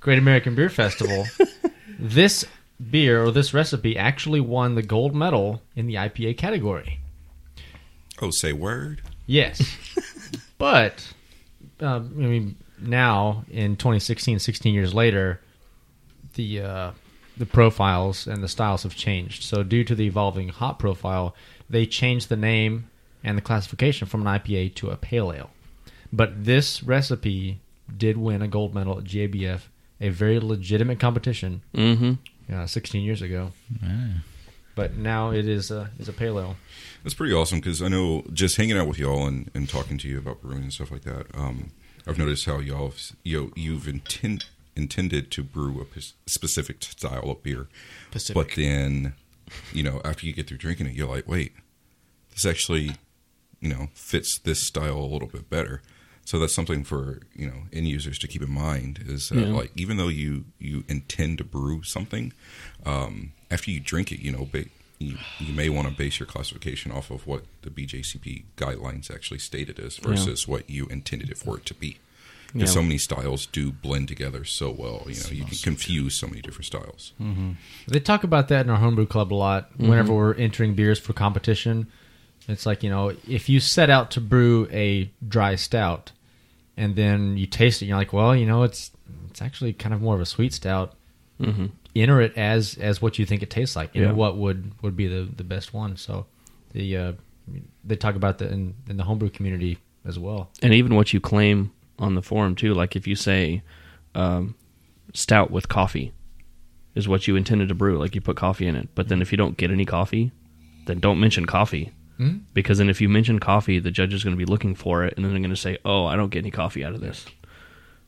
Great American Beer Festival this beer or this recipe actually won the gold medal in the IPA category. Oh, say word. Yes. but, uh, I mean, now in 2016, 16 years later, the, uh, the profiles and the styles have changed. So, due to the evolving hop profile, they changed the name and the classification from an IPA to a pale ale. But this recipe did win a gold medal at JBF, a very legitimate competition Mm-hmm. uh, 16 years ago. But now it is a is a pale ale. That's pretty awesome because I know just hanging out with y'all and, and talking to you about brewing and stuff like that. Um, I've noticed how y'all have, you know, you've intend, intended to brew a p- specific style of beer, Pacific. but then you know after you get through drinking it, you're like, wait, this actually you know fits this style a little bit better. So that's something for you know end users to keep in mind is that like even though you you intend to brew something, um, after you drink it, you know, ba- you, you may want to base your classification off of what the BJCP guidelines actually stated as versus what you intended it for it to be. Because so many styles do blend together so well, you know, you can confuse so many different styles. They talk about that in our homebrew club a lot. Whenever we're entering beers for competition, it's like you know if you set out to brew a dry stout, and then you taste it, you're like, well, you know, it's it's actually kind of more of a sweet stout. Enter it as as what you think it tastes like. You Yeah. know what would would be the the best one. So the uh, they talk about that in, in the homebrew community as well. and even what you claim on the forum too. Like if you say um, stout with coffee is what you intended to brew, like you put coffee in it. But then if you don't get any coffee, then don't mention coffee. Mhm. Because then if you mention coffee, the judge is going to be looking for it, and then they're going to say, "Oh, I don't get any coffee out of this."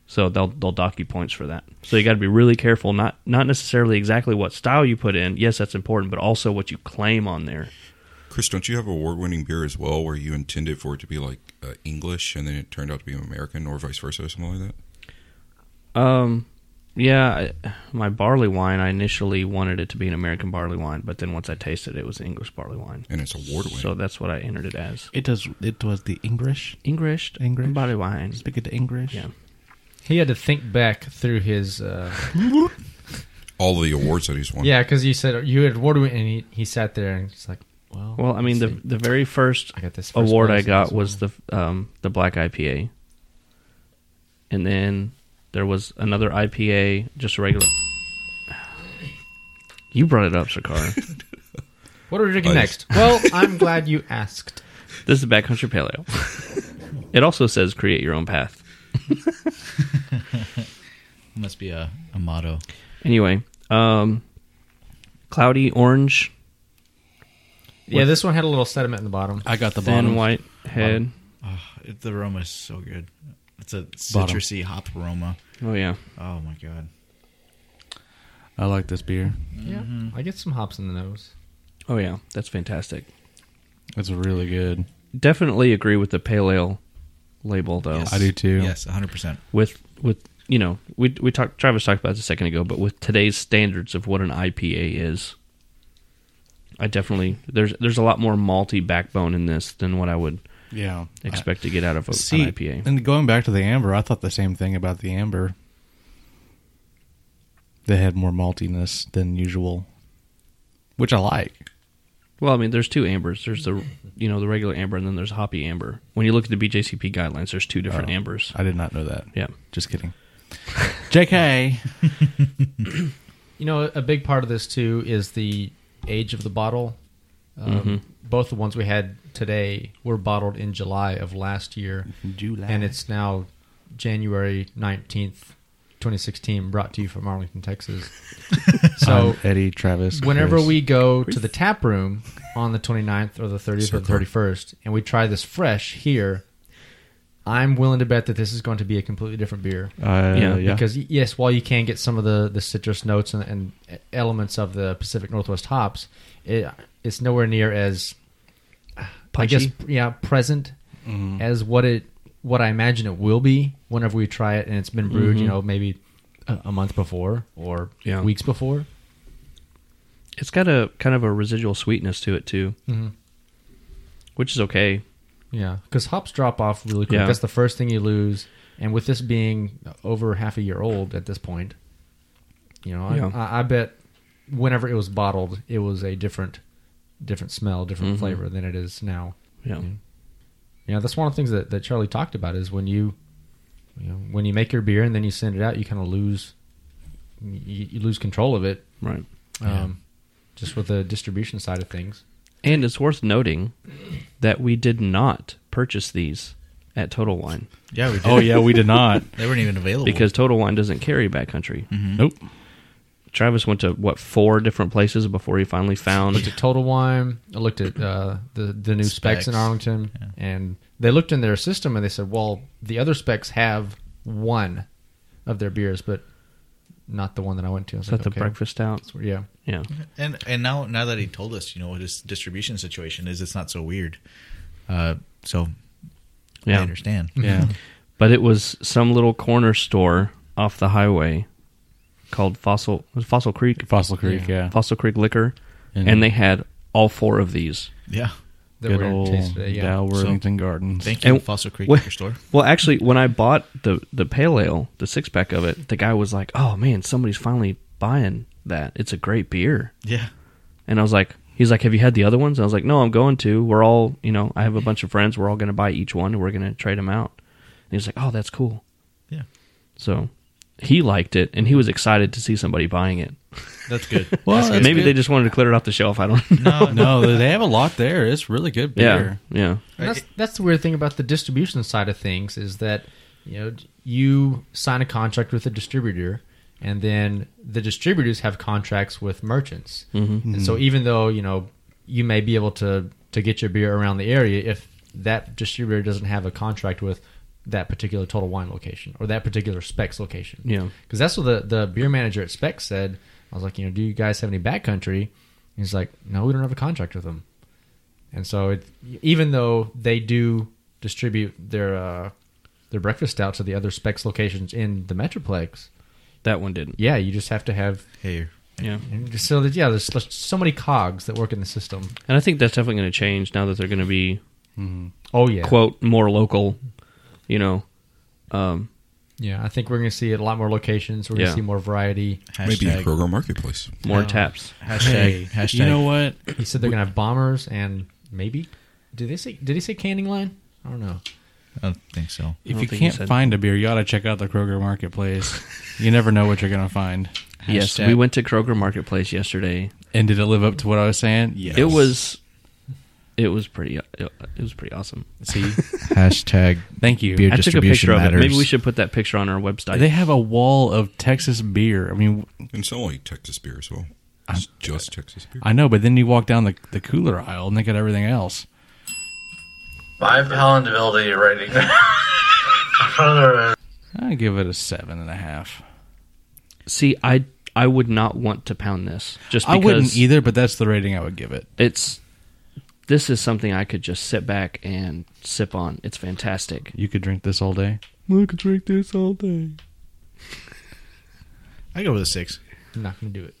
So they'll they'll dock you points for that. So you got to be really careful, not not necessarily exactly what style you put in. Yes, that's important, but also what you claim on there. Chris, don't you have award winning beer as well where you intended for it to be like uh, English and then it turned out to be American or vice versa or something like that? Um, yeah, I, my barley wine. I initially wanted it to be an American barley wine, but then once I tasted it, it was an English barley wine. And it's award winning. So that's what I entered it as It does. It was the English. English, English? barley wine. Speak it to English. Yeah. He had to think back through his. Uh, All the awards that he's won. Yeah, because you said you had award, and he, he sat there and he's like, "Well, Well, I mean the let's see. the very first, I got this first award I place, got this was the um the black IPA, and then there was another IPA, just a regular. You brought it up, Sakar. what are we drinking I- next?" well, I'm glad you asked. This is Backcountry Paleo. it also says create your own path. Must be a, a motto. Anyway, um, cloudy orange, Yeah, this one had a little sediment in the bottom. I got the thin bottom. white head. Oh, it, the aroma is so good. It's a citrusy hop aroma. Oh yeah, Oh my god. I like this beer. Yeah, I get some hops in the nose. oh yeah, that's fantastic. It's really good. Definitely agree with the pale ale label though. Yes. I do too. Yes, 100%. With with you know we we talked Travis talked about this a second ago, but with today's standards of what an IPA is, I definitely there's there's a lot more malty backbone in this than what I would Yeah. expect to get out of a, See, an IPA. and going back to the amber, I thought the same thing about the amber. They had more maltiness than usual, which I like. Well, I mean, there's two ambers. There's the you know the regular amber, and then there's hoppy amber. When you look at the BJCP guidelines, there's two different Oh. ambers. I did not know that. Yeah. Just kidding. JK. You know, a big part of this too is the age of the bottle. Um, Mm-hmm. Both the ones we had today were bottled in July of last year, July. and it's now January nineteenth, twenty sixteen. Brought to you from Arlington, Texas. so Eddie Travis. whenever we go to the tap room on the 29th or the 30th or 31st and we try this fresh here i'm willing to bet that this is going to be a completely different beer Yeah, Uh, yeah, yeah. because y- yes while you can get some of the, the citrus notes and, and elements of the pacific northwest hops it, it's nowhere near as i guess Punchy. Mm-hmm. yeah present as what it what i imagine it will be whenever we try it and it's been brewed you know maybe a, a month before or Mm-hmm. Yeah. weeks before It's got a kind of a residual sweetness to it too, Mm-hmm. Mhm. which is okay. Yeah, because hops drop off really quick. Yeah. That's the first thing you lose. And with this being over half a year old at this point, you know, I, Yeah. I, I bet whenever it was bottled, it was a different, different smell, different flavor than it is now. Mm-hmm. Yeah. You know, that's one of the things that, that Charlie talked about is when you, you know, when you make your beer and then you send it out, you kind of lose, you, you lose control of it. Right. Um, just with the distribution side of things. And it's worth noting that we did not purchase these at Total Wine Yeah, we did. oh yeah, we did not. They weren't even available. because Total Wine doesn't carry Backcountry. Oh. Nope. Travis went to what four different places before he finally looked found. at Total Wine. I looked at uh, the the new specs, in Specs. Arlington, and they looked in their system and they said, "Well, the other specs have one of their beers, but not the one that I went to." I was Is that like, the okay. breakfast out? That's where- Yeah, Yeah. and and now now that he told us, you know what his distribution situation is, it's not so weird. Uh, so I Yeah. understand. Yeah. But it was some little corner store off the highway called Fossil it was Fossil Creek. Fossil Creek. Yeah. Fossil Creek Liquor. And- and they had all four of these. Yeah. that Good we're old tasted it, Yeah, Dow Worthington Gardens. Thank you, And- Fossil Creek Well- Liquor Store. Well, actually, when I bought the the pale ale, the six pack of it, the guy was like, "Oh man, somebody's finally buying that. It's a great beer." Yeah. And I was like, "He's like, have you had the other ones?" And I was like, "No, I'm going to. We're all, you know, I have a bunch of friends. We're all going to buy each one. and We're going to trade them out." And he was like, "Oh, that's cool." Yeah. So he liked it, and he was excited to see somebody buying it. That's good. Well, that's Maybe good. they just wanted to clear it off the shelf. I don't. know. no, no, they have a lot there. It's really good yeah, beer. yeah. And that's that's the weird thing about the distribution side of things is that you know you sign a contract with a distributor. And then the distributors have contracts with merchants, and so even though you know you may be able to to get your beer around the area if that distributor doesn't have a contract with that particular total wine location or that particular specs location Yeah. because that's what the the beer manager at specs said i was like you know do you guys have any backcountry And he's like no we don't have a contract with them and so it, even though they do distribute their uh their breakfast out to the other specs locations in the metroplex That one didn't. yeah you just have to have Hey, Yeah. and so that yeah there's so many cogs that work in the system And I think that's definitely going to change now that they're going to be oh yeah quote more local. You know, um, Yeah, I think we're going to see it a lot more locations. We're going Yeah. to see more variety. Maybe a hashtag, Kroger Marketplace. more No. taps. hashtag, Hey, hashtag. you know what? He said they're going to have bombers and maybe did they say did he say canning line? I don't know. I don't think so. If don't you think he can't said- find a beer, you ought to check out the Kroger Marketplace. you never know what you're gonna find. Yes, Hashtag- we went to Kroger Marketplace yesterday. And did it live up to what I was saying? Yes. It was, it was pretty. uh, It was pretty awesome. See, Hashtag. thank you. Beer I took a distribution picture of it. Maybe matters. we should put that picture on our website. They have a wall of Texas beer. I mean, And it's not only Texas beer as well. It's just Texas beer. I know, but then you walk down the, the cooler aisle and they got everything else. Five pound ability rating. Another I give it a seven and a half. See, I I would not want to pound this just I because wouldn't either, but that's the rating I would give it. it's. This is something I could just sit back and sip on. It's fantastic. You could drink this all day. Look, drink this all day. I go with a six. I'm not going to do it.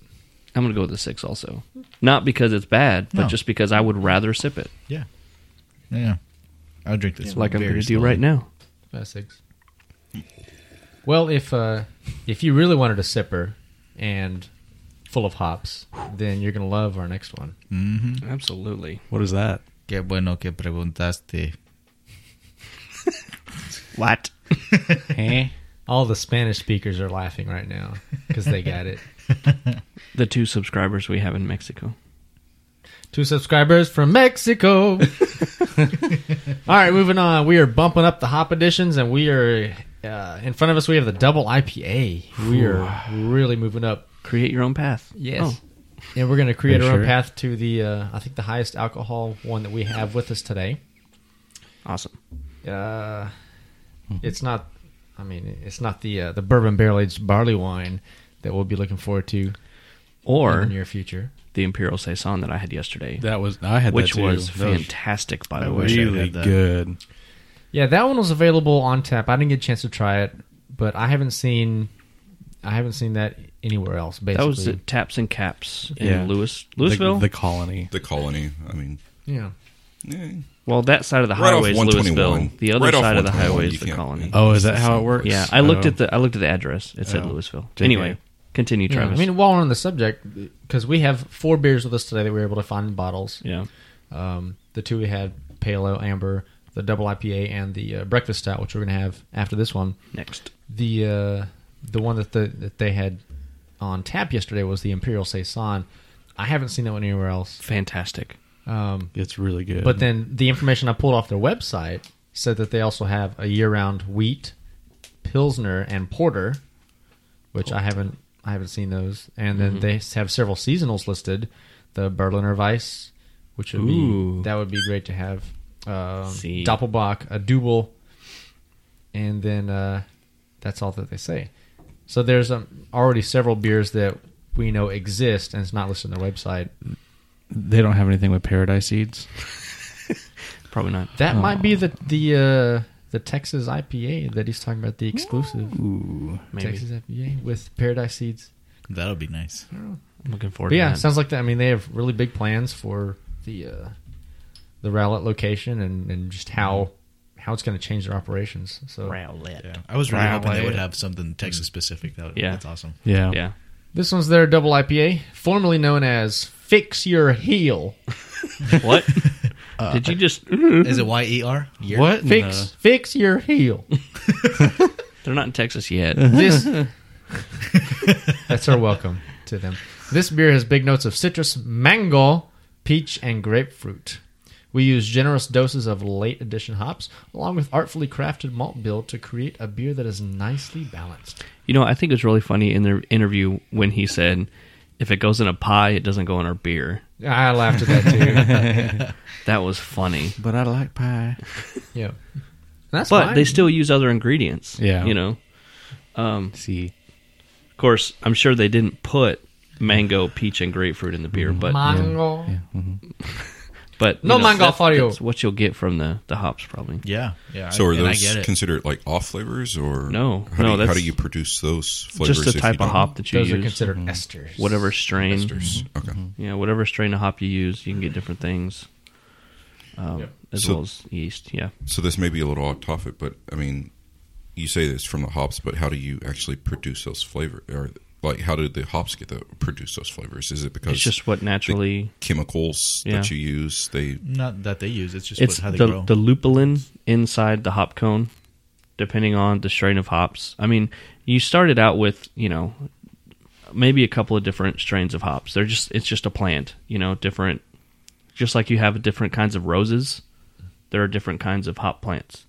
I'm gonna go with a six also. Not because it's bad, but No. just because I would rather sip it, Yeah. I'll drink this. like I'm very gonna do slowly. right now. About Uh, six. Well, if uh, if you really wanted a sipper and full of hops, then you're going to love our next one. Absolutely. What is that? Qué bueno que preguntaste. What? All the Spanish speakers are laughing right now because they got it. The two subscribers we have in Mexico. Two subscribers from Mexico. All right, moving on. We are bumping up the hop editions, and we are uh, in front of us. We have the double IPA. We are really moving up. Create your own path. Oh, Yes. And we're going to create Are you our own sure? path to the, uh, I think, the highest alcohol one that we have with us today. Awesome. Uh, it's not. I mean, it's not the uh, the bourbon barrel aged barley wine that we'll be looking forward to in the Or near future. the Imperial Saison that I had yesterday, That was I had which that too. was That fantastic, by that the was way. really good. Yeah, that one was available on tap. I didn't get a chance to try it, but I haven't seen I haven't seen that anywhere else. Basically, That was at Taps and Caps in Yeah. Lewis, The, Louisville. the colony. The colony. I mean, yeah. eh, well, that side of the Right off highway is Louisville. 121. The other Right off side of the 121, highway you is the can't- colony. Oh, is that how it works? Yeah, I looked Oh. at the I looked at the address. It said Oh. Louisville. JK. Anyway, continue, Yeah, I Travis. mean, while we're on the subject, because we have four beers with us today that we were able to find in bottles. yeah. Um, the two we had, Pale Ale Amber, the double IPA, and the uh, breakfast stout, which we're going to have after this one. Next. The uh, the one that the that they had on tap yesterday was the Imperial Saison. I haven't seen that one anywhere else. Fantastic. Um, It's really good. But then the information I pulled off their website said that they also have a year-round wheat, pilsner, and porter, which I haven't I haven't seen those. And Mm-hmm. then they have several seasonals listed, the Berliner Weiss, which would Ooh. be that would be great to have, um, See. Doppelbock, a Double, and then uh, that's all that they say. So there's um, already several beers that we know exist and it's not listed on their website. they don't have anything with paradise seeds. Probably not. That might be the the uh, the Texas IPA that he's talking about, the exclusive Ooh, Maybe. Texas IPA with Paradise Seeds. That would be nice. I'm looking forward But to yeah, that. sounds like that. I mean, they have really big plans for the uh, the Rowlett location and, and just how how it's going to change their operations. So Yeah. I was really hoping they Raleigh. would have something Texas specific. That would, Yeah. That's awesome. yeah, yeah. this one's their double IPA, formerly known as Fix Your Heel. What? Did you just? They're Is it Y E R? Year? What? in Fix the- Fix Your Heel. not in Texas yet. This That's our welcome to them. This beer has big notes of citrus, mango, peach, and grapefruit. We use generous doses of late edition hops along with artfully crafted malt bill to create a beer that is nicely balanced. You know, I think it's really funny in the interview when he said, "If it goes in a pie, it doesn't go in our beer." I laughed at that That was funny. But I like pie. too. yeah. And that's But fine. they still use other ingredients. Yeah. You know, Um, See, of course, I'm sure they didn't put mango, peach, and grapefruit in the beer, but mango. but you Mm-hmm. No know, mango that's- for you. that's what you'll get from the the hops probably. Yeah. Yeah. so are and those I get it. considered like off flavors or No, no, How do you, how that's- do you produce those flavors? Just the if you type of don't? hop Mm-hmm. that you Those are use. considered esters. whatever strain. Esters. Okay. Yeah, whatever strain of hop you use, you can get different things. Um, As So- well as yeast, yeah. So this may be a little off topic, but I mean, you say this from the hops, but how do you actually produce those flavors? Or like, how do the hops get the produce those flavors? Is it because It's just what naturally. chemicals Yeah. that you use? They Not that they use. It's just It's what, how they the, grow. the lupulin inside the hop cone, depending on the strain of hops. I mean, you started out with you know maybe a couple of different strains of hops. They're just it's just a plant, you know, different. Just like you have different kinds of roses, there are different kinds of hop plants.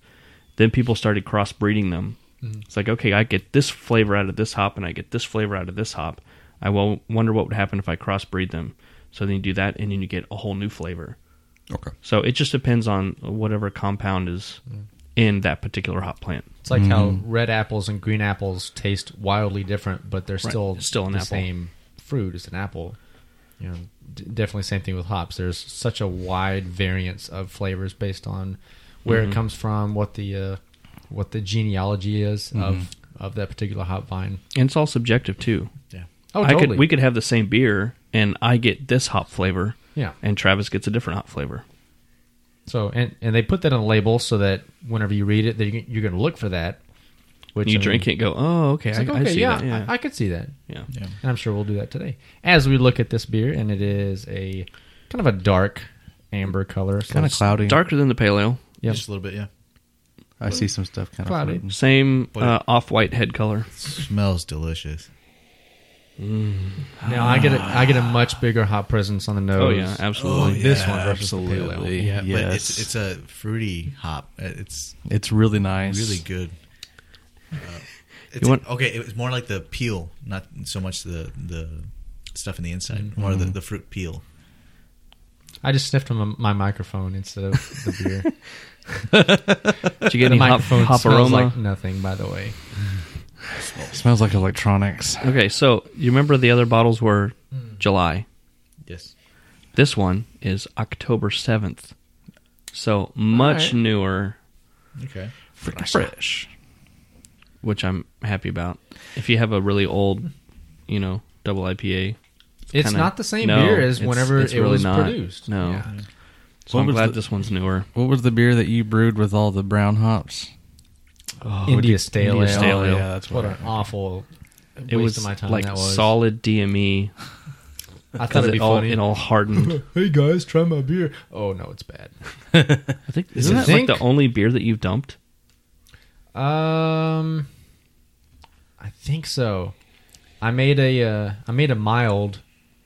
Then people started crossbreeding them. Mm-hmm. It's like okay, I get this flavor out of this hop, and I get this flavor out of this hop. I will wonder what would happen if I crossbreed them. So then you do that, and then you get a whole new flavor. okay. So it just depends on whatever compound is Mm. in that particular hop plant. It's like how Mm-hmm. red apples and green apples taste wildly different, but they're still It's still an the apple. same fruit. It's an apple. You know, d- definitely same thing with hops. There's such a wide variance of flavors based on where Mm-hmm. it comes from, what the uh, what the genealogy is of Mm-hmm. of that particular hop vine. And it's all subjective too. Oh, I totally. could we could have the same beer and I get this hop flavor yeah. and Travis gets a different hop flavor. So and and they put that on the label so that whenever you read it, that you- you're going to look for that. Which And you I mean, drink it and go, "Oh, okay, It's I, like, I okay, see yeah, that." Yeah. I, I could see that. Yeah. Yeah. And I'm sure we'll do that today as we look at this beer, and it is a kind of a dark amber color, so kind of it's cloudy. Darker than the pale ale. Yep. Just a little bit, yeah. I see some stuff kind Cloudy. of floating. Same But- uh, off-white head color. Smells delicious. Now I get a, I get a much bigger hot presence on the nose. Oh yeah, absolutely. This one versus the pale ale. Yeah, absolutely. but yes. it's it's a fruity hop. Uh, It's It's really nice. really good. Uh, it's You want- okay, it was more like the peel, not so much the the stuff in the inside, more the, the fruit peel. I just sniffed on my, my microphone instead of the beer. Did you get the any hop, microphone hop smells aroma? like nothing, by the way. Smells like electronics. okay, so you remember the other bottles were Hmm. July. Yes. This one is October seventh, so much right. newer, Okay. Fresh. which I'm happy about. If you have a really old, you know, double IPA, It's kinda- not the same no, beer as it's- whenever it's it really was not. produced. No. Yeah. so What I'm was glad the- this one's newer. What was the beer that you brewed with all the brown hops? India stale India ale. Stale Ale. Yeah, that's What what. an awful waste It was of my time like that was. solid DME I thought because it'd be it all funny. it all hardened. hey guys, try my beer. Oh no, it's bad. I think isn't You that think? like the only beer that you've dumped? Um, I think so. I made a uh, I made a mild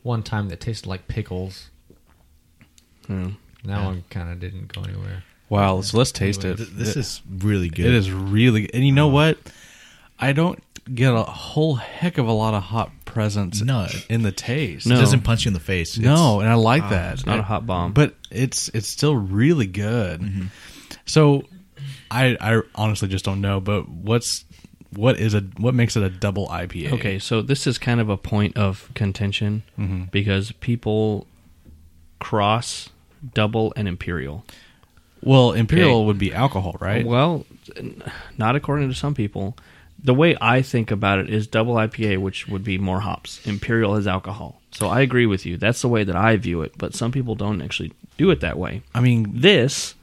one time that tasted like pickles. Hmm. That one kind of didn't go anywhere. wow, so let's taste it. Th- this It- is really good. It is really, and you know what? I don't get a whole heck of a lot of hot presence No. in the taste. It No. doesn't punch you in the face. It's- no, and I like that. It's not a hot bomb. but it's it's still really good. So, I I honestly just don't know. But what's what is a what makes it a double IPA? Okay, so this is kind of a point of contention Mm-hmm. because people cross double and imperial. Well, imperial would be alcohol, right? Well, n- not according to some people. The way I think about it is double IPA, which would be more hops. Imperial is alcohol. So I agree with you. That's the way that I view it, but some people don't actually do it that way. I mean, This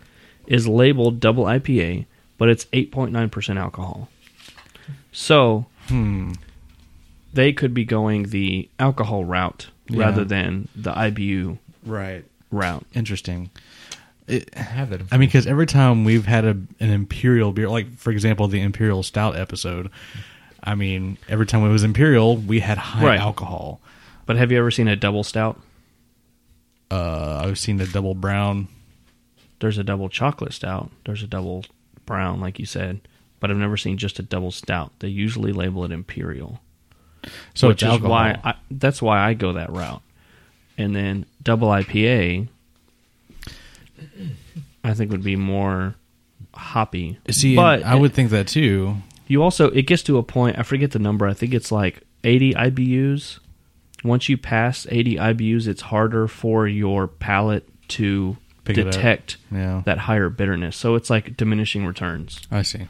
is labeled double IPA, but it's 8.9% alcohol. So they could be going the alcohol route rather than the IBU right. route. Interesting. I have that. I mean, because every time we've had a, an imperial beer, like for example, the imperial stout episode. I mean, every time it was imperial, we had high Right. alcohol. But have you ever seen a double stout? Uh, I've seen the double brown. There's a double chocolate stout, there's a double brown, like you said, but I've never seen just a double stout. They usually label it imperial. So which it's is alcohol. why I, that's why I go that route. And then double IPA, I think would be more hoppy. See, but but I would think that too. you also it gets to a point. I forget the number. I think it's like 80 IBUs. Once you pass 80 IBUs, it's harder for your palate to Pick it up. detect Yeah, that higher bitterness. So it's like diminishing returns. I see.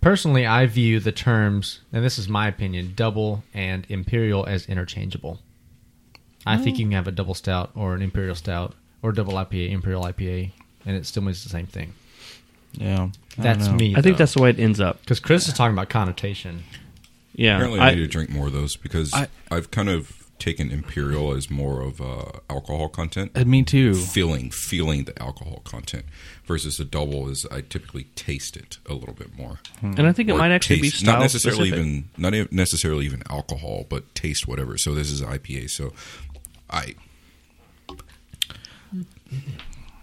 Personally, I view the terms, and this is my opinion, double and imperial as interchangeable. I Oh. think you can have a double stout or an imperial stout or double IPA, imperial IPA, and it still means the same thing. Yeah, I That's don't know. me. I think that's the way it ends up. because Chris is talking about connotation. Yeah, Apparently, I, need to drink more of those because I, I- have kind of taken imperial as more of uh, alcohol content, And me too. feeling feeling the alcohol content versus a double is I typically taste it a little bit more. and I think it Or might actually be taste- style not necessarily specific. even not even necessarily even alcohol, but taste whatever. So this is IPA. So I,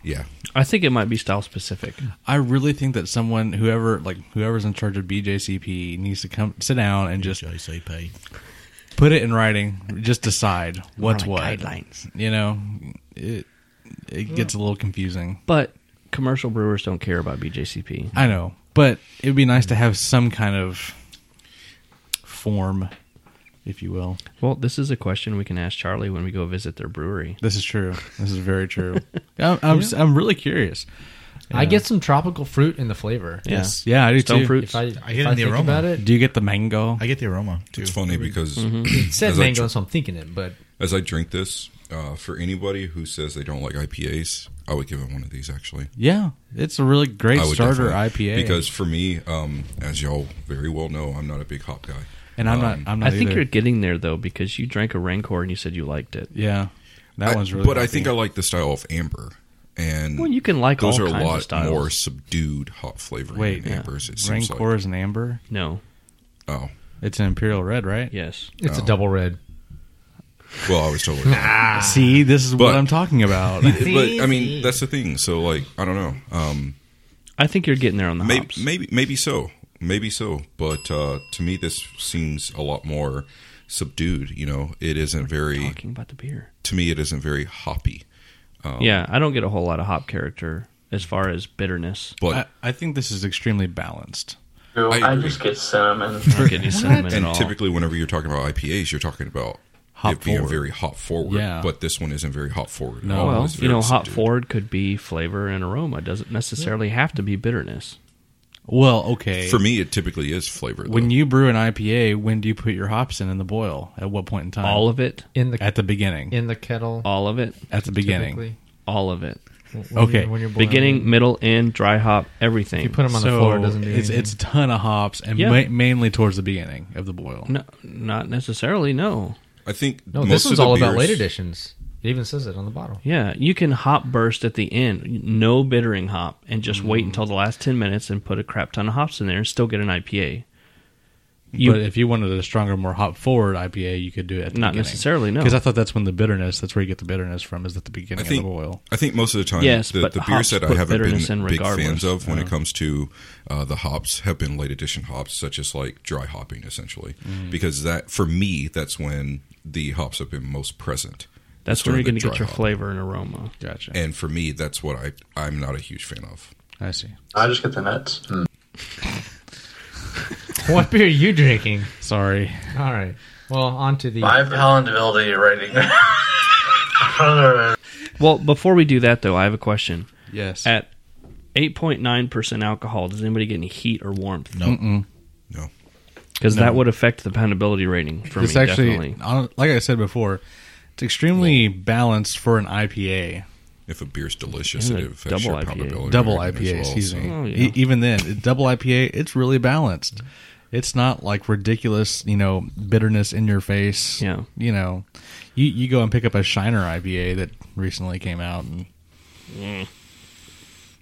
yeah, I think it might be style specific. I really think that someone, whoever, like whoever's in charge of BJCP, needs to come sit down and just Shall I say pay? put it in writing. Just decide what's what. guidelines. You know, it it gets a little confusing. But commercial brewers don't care about BJCP. I know, but it would be nice to have some kind of form, if you will. Well, this is a question we can ask Charlie when we go visit their brewery. This is true. This is very true. I'm I'm, I'm really curious. I get some tropical fruit in the flavor. Yes. Yeah, I do Stone too. fruits. If I, I get if in I the think aroma. about it, Do you get the mango? I get the aroma too. it's funny because Mm-hmm. it said As I mango, tr- so I'm thinking it. But as I drink this, uh, for anybody who says they don't like IPAs, I would give them one of these actually. Yeah, it's a really great I would starter definitely- IPA. Because for me, um, as y'all very well know, I'm not a big hop guy. and I'm not. um, I'm I not. think either. you're getting there though because you drank a Rancor and you said you liked it. Yeah, that I- one's really. But I hoppy. think I like the style of amber. And Well, you can like Mm. those all are kinds a of lot styles. more subdued hot flavoring Wait, than yeah. ambers. It seems Rancor like. is an amber. No, Oh, It's an imperial red, right? Yes. It's a double red. Well, I was totally wrong. See, this is what But- I'm talking about. but I mean, that's the thing. So like, I don't know. Um, I think you're getting there on the maybe, hops. maybe, maybe so, maybe so. But uh, to me, this seems a lot more subdued. You know, it isn't very. Talking about the beer. To me, it isn't very hoppy. Oh. Yeah, I don't get a whole lot of hop character as far as bitterness. But I, I think this is extremely balanced. Ooh, I I agree. just get cinnamon. I don't get any cinnamon at and all. typically, whenever you're talking about IPAs, you're talking about Hop it being forward. very hop forward. Yeah. But this one isn't very hop forward. No. at all. well, It's you know, very hop subdued. forward could be flavor and aroma. Doesn't necessarily have to be bitterness. Well, okay. For me, it typically is flavor. when though. you brew an IPA, when do you put your hops in in the boil? At what point in time? All of it. In the at the beginning. in the kettle. All of it. At the beginning. typically. All of it. When you're- Okay. when you're boiling Beginning, it. middle, end, dry hop, everything. You put them on the floor. It doesn't do it's anything. it's a ton of hops and Yeah. ma- mainly towards the beginning of the boil. no, not necessarily. No. I think no. most This of one's the all about late beers- editions. It even says it on the bottle. Yeah, you can hop burst at the end, no bittering hop, and just wait until the last ten minutes and put a crap ton of hops in there and still get an IPA. You but if you wanted a stronger, more hop forward IPA, you could do it at the not beginning. necessarily no. Because I thought that's when the bitterness, that's where you get the bitterness from, is at the I beginning think of the boil. I think most of the time, Yes, the, but the hops beers that I put haven't bitterness in been big regardless. fans of when it comes to uh, the hops have been late edition hops, such as like dry hopping, essentially, because that for me that's when the hops have been most present. That's It's where you're during going to get the dry your hop. flavor and aroma. Gotcha. and for me, that's what I I'm not a huge fan of. I see. I just get the nuts. Mm. what beer are you drinking? Sorry. All right. Well, on to the. My palatability rating. I Well, before we do that though, I have a question. Yes. At 8.9% alcohol, does anybody get any heat or warmth? No. No. Because that would affect the poundability rating for it's me, actually, definitely. on- like I said before, it's extremely balanced for an IPA, If a beer's delicious, Yeah, it double affects your IPA. poundability. double rating IPA. as well, excuse so- me. Oh, yeah. Mm-hmm. E- even then, it- double IPA, it's really balanced. It's not like ridiculous, you know, bitterness in your face. Yeah. You know, you you go and pick up a Shiner IPA that recently came out, and Mm.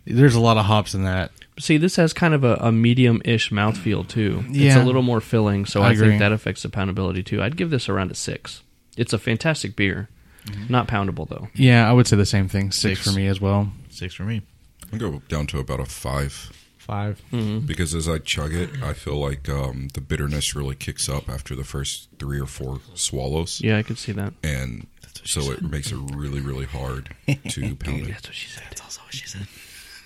there's a lot of hops in that. See, this has kind of a, a medium ish mouthfeel, too. It's Yeah. a little more filling, so I, I agree. think that affects the poundability, too. I'd give this around a six. It's a fantastic beer. Not poundable, though. Yeah, I would say the same thing. Six, Six. for me as well. Six for me. I'll go down to about a five Five. because as I chug it, I feel like um, the bitterness really kicks up after the first three or four swallows. Yeah, I could see that. and so it makes it really, really hard to pound it. That's what she said.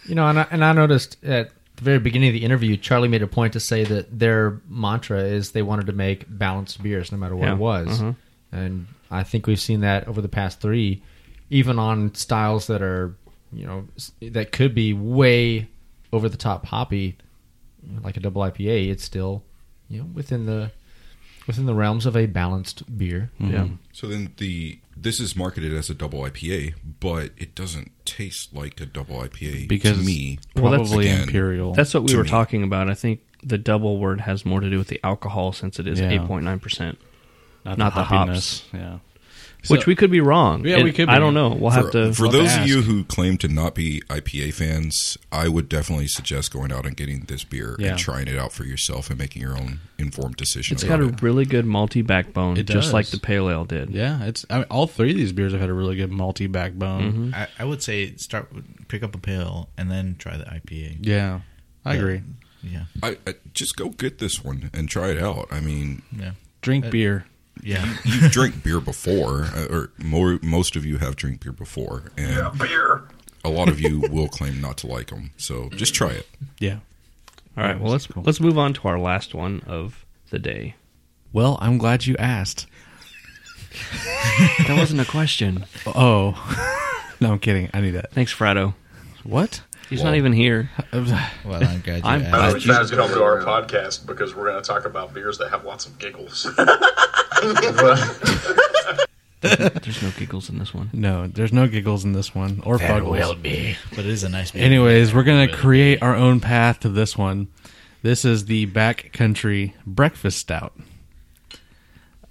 You know, and I, and I noticed at the very beginning of the interview, Charlie made a point to say that their mantra is they wanted to make balanced beers, no matter what Yeah, it was. uh-huh. And I think we've seen that over the past three, even on styles that are, you know, s- that could be way over the top hoppy, you know, like a double IPA. It's still, you know, within the within the realms of a balanced beer. Yeah. So then the this is marketed as a double IPA, but it doesn't taste like a double IPA Because to me. Well, that's- probably Again, imperial. That's what we To were me. talking about. I think the double word has more to do with the alcohol since it is Yeah. 8.9%. not the hoppiness. Yeah. which we could be wrong. Yeah, we could be. I don't know. We'll have for, to. for I'll those ask. of you who claim to not be IPA fans, I would definitely suggest going out and getting this beer Yeah. and trying it out for yourself and making your own informed decision. It's about got a it. really good malty backbone, It just like does. the pale ale did. Yeah, it's I mean, all three of these beers have had a really good malty backbone. Mm-hmm. I, I would say start with- pick up a pill and then try the IPA. Yeah, I Yeah. agree. Yeah. I, I just go get this one and try it out. I mean, Yeah. Drink Uh, beer. Yeah. you drink beer before, uh, or more, most of you have drink beer before, and beer. a lot of you will claim not to like them. So just try it. Yeah. All right. Well, let's Cool. let's move on to our last one of the day. Well, I'm glad you asked. That wasn't a question. Oh, no, I'm kidding. I need that. Thanks, Frado. What? He's not even here. Well, I'm glad you I'm- asked. you guys get onto our podcast because we're going to talk about beers that have lots of giggles. There's no giggles in this one. No, there's no giggles in this one or fugwells. be. But it is a nice beer. Anyways, we're gonna create our own path to this one. This is the backcountry breakfast stout.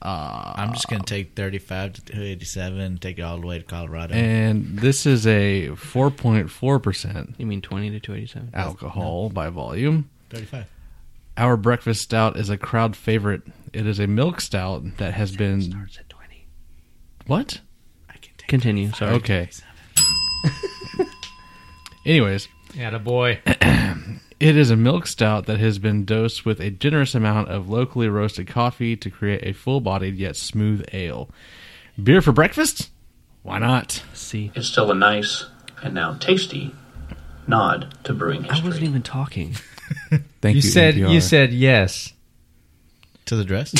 I'm just going to take 35 to 87, take it all the way to Colorado. And this is a 4.4% You mean twenty to two eighty-seven? alcohol by volume. 35. Our breakfast stout is a crowd favorite. It is a milk stout that has been Starts at 20. what? Continue. Sorry. Okay. Anyways, Yeah, boy. It is a milk stout that has been dosed with a generous amount of locally roasted coffee to create a full bodied yet smooth ale. Beer for breakfast? Why not? See, It's still a nice and now tasty nod to brewing I wasn't history. even talking. Thank You you. said NPR. you said yes. To the dress?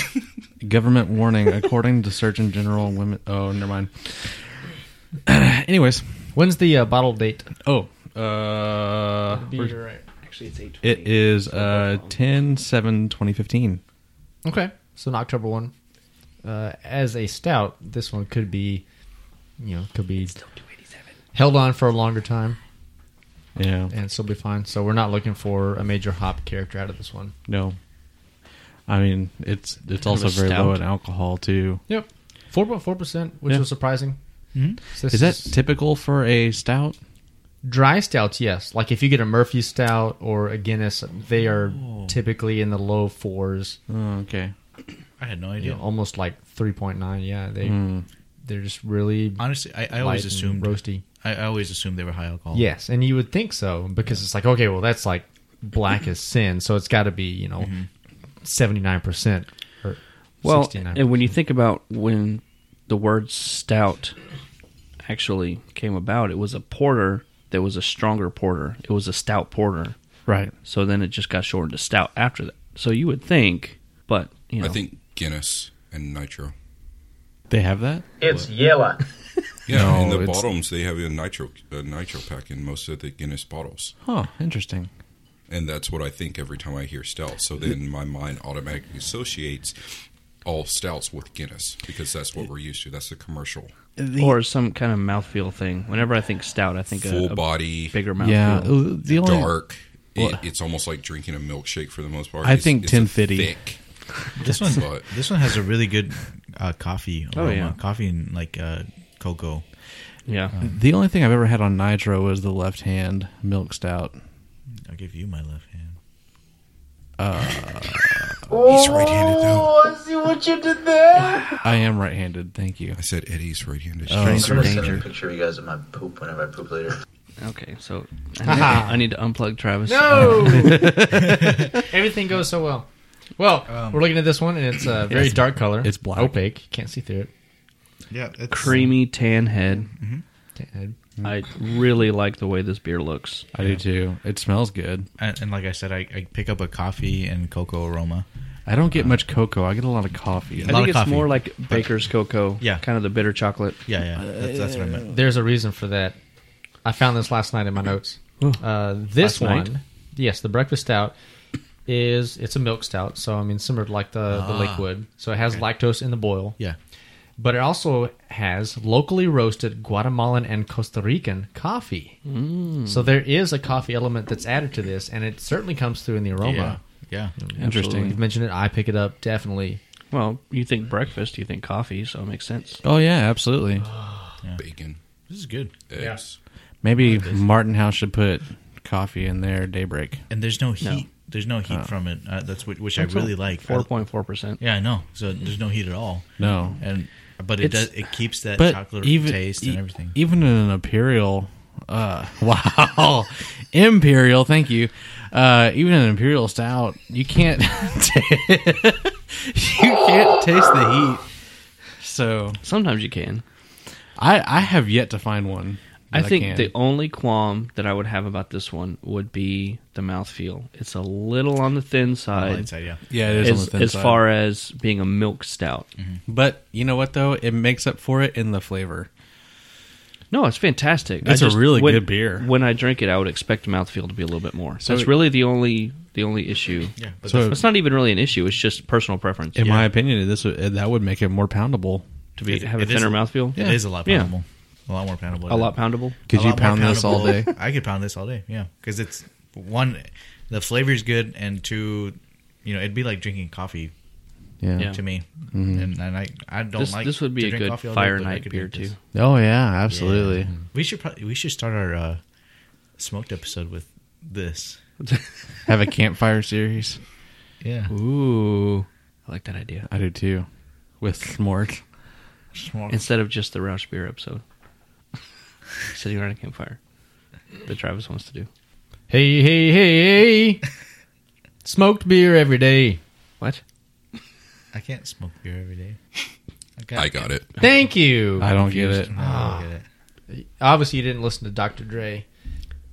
Government warning, according to Surgeon General Women. Oh, never mind. Anyways, When's the uh, bottle date? oh, uh, You're right. Actually, it's 8 it is uh, 10 7 2015. Okay, so an October one. Uh, as a stout, this one could be, you know, could be held on for a longer time Yeah, and still be fine. So we're not looking for a major hop character out of this one. no. I mean, it's it's Kind of also a very low stout. in alcohol, too. Yep, four point four percent, which Yeah. was surprising. Mhm. So this Is that typical for a stout? dry stouts? Yes, like if you get a Murphy stout or a Guinness, they are typically in the low fours, Oh, okay. I had no you idea. know, almost like three point nine. Yeah, they Hmm. they're just really. Honestly, I, I always light and assumed Oh. roasty. I, I always assumed they were high alcohol. Yes, and you would think so because it's like okay, well that's like black as sin, so it's got to be you know seventy nine percent or Well, sixty nine. and when you think about when the word stout actually came about, it was a porter that was a stronger porter. It was a stout porter. Right. So then it just got shortened to stout after that. So you would think, but you know, I think Guinness and Nitro. They have that? It's yellow. Yeah, No, in the it's- bottoms they have a nitro a nitro pack in most of the Guinness bottles, Huh, interesting. and that's what I think every time I hear stout. So then my mind automatically associates all stouts with Guinness because that's what we're used to. That's the commercial or some kind of mouthfeel thing. Whenever I think stout, I think a, full a body bigger mouthfeel. Yeah. uh, The only dark. It, it's almost like drinking a milkshake for the most part. I It's- think it's Tim a Fitty. Thick, This one but this one has a really good uh, coffee Oh, aroma. yeah. Coffee and like uh, cocoa. Yeah. the only thing I've ever had on nitro was the left hand milk stout. I'll give you my left hand. he's right-handed though. I am right handed, thank you. I said Eddie's right-handed. I'm Stranger gonna send a danger. picture of you guys of my poop whenever I poop later. Okay, so I need, I need to unplug Travis. no, everything goes so well. Well, we're looking at this one, and it's a very dark color. it's black. opaque, can't see through it. Yeah, it's Creamy tan head. Can't- I really like the way this beer looks. I do too. It smells good. And, and like I said, I, I pick up a coffee and cocoa aroma. I don't get much cocoa, I get a lot of coffee. lot I think of it's coffee. more like baker's cocoa. Yeah. Kind of the bitter chocolate. Yeah, yeah, that's, that's what I meant. There's a reason for that. I found this last night in my notes. Uh, this Last night? one, yes, the breakfast stout is it's a milk stout, so I mean similar to like the, the liquid. So it has lactose in the boil. Yeah, but it also has locally roasted Guatemalan and Costa Rican coffee. Mm. So there is a coffee element that's added to this, and it certainly comes through in the aroma. yeah. Interesting. You've mentioned it; I pick it up definitely. Well, you think breakfast, you think coffee, so it makes sense. Oh yeah, absolutely. bacon, This is good. eggs. Maybe Martin House should put coffee in there daybreak. And there's no heat. There's no heat from it. Uh, that's what, which I really like. I- Four point four percent. yeah, I know. So there's no heat at all. No. And but it It's- does. It keeps that chocolate taste e- and everything. Even in an imperial, uh, wow, imperial. Thank you. Uh, even an imperial stout, you can't ta- you can't taste the heat. So Sometimes you can. I I have yet to find one. I that think can. the only qualm that I would have about this one would be the mouthfeel. It's a little on the thin side, Light side, yeah. yeah, it is on as, the thin as side. far as being a milk stout. But you know what though, it makes up for it in the flavor. No, it's fantastic. It's I a really when- good beer. When I drink it, I would expect the mouthfeel to be a little bit more. So So That's it- really the only the only issue. Yeah, but So It's not even really an issue. It's just personal preference. in my opinion, this would- that would make it more poundable. to be it- have a it is- thinner mouthfeel. it is a lot Yeah. poundable. A lot more poundable. A lot poundable. Could A you lot more pound this all day? poundable. I could pound this all day. Yeah, because it's one, the flavor's good, and two, you know, it'd be like drinking coffee Yeah. Mm-hmm. Yeah. to me. And, and I, I don't This, like this would to be a drink good coffee all day, fire but I night could beer drink this. too. Oh yeah, absolutely. We should probably we should start our uh, smoked episode with this. Have a campfire series. Yeah. Ooh, I like that idea. Oh. I do too. With s'mores. Instead of just the Roush beer episode, sitting around a campfire that Travis wants to do. Hey, hey, hey, hey. Smoked beer every day. What? I can't smoke beer every day. I got it. Thank you. I don't get it. Ah. I don't get it. Obviously, you didn't listen to Dr. Dre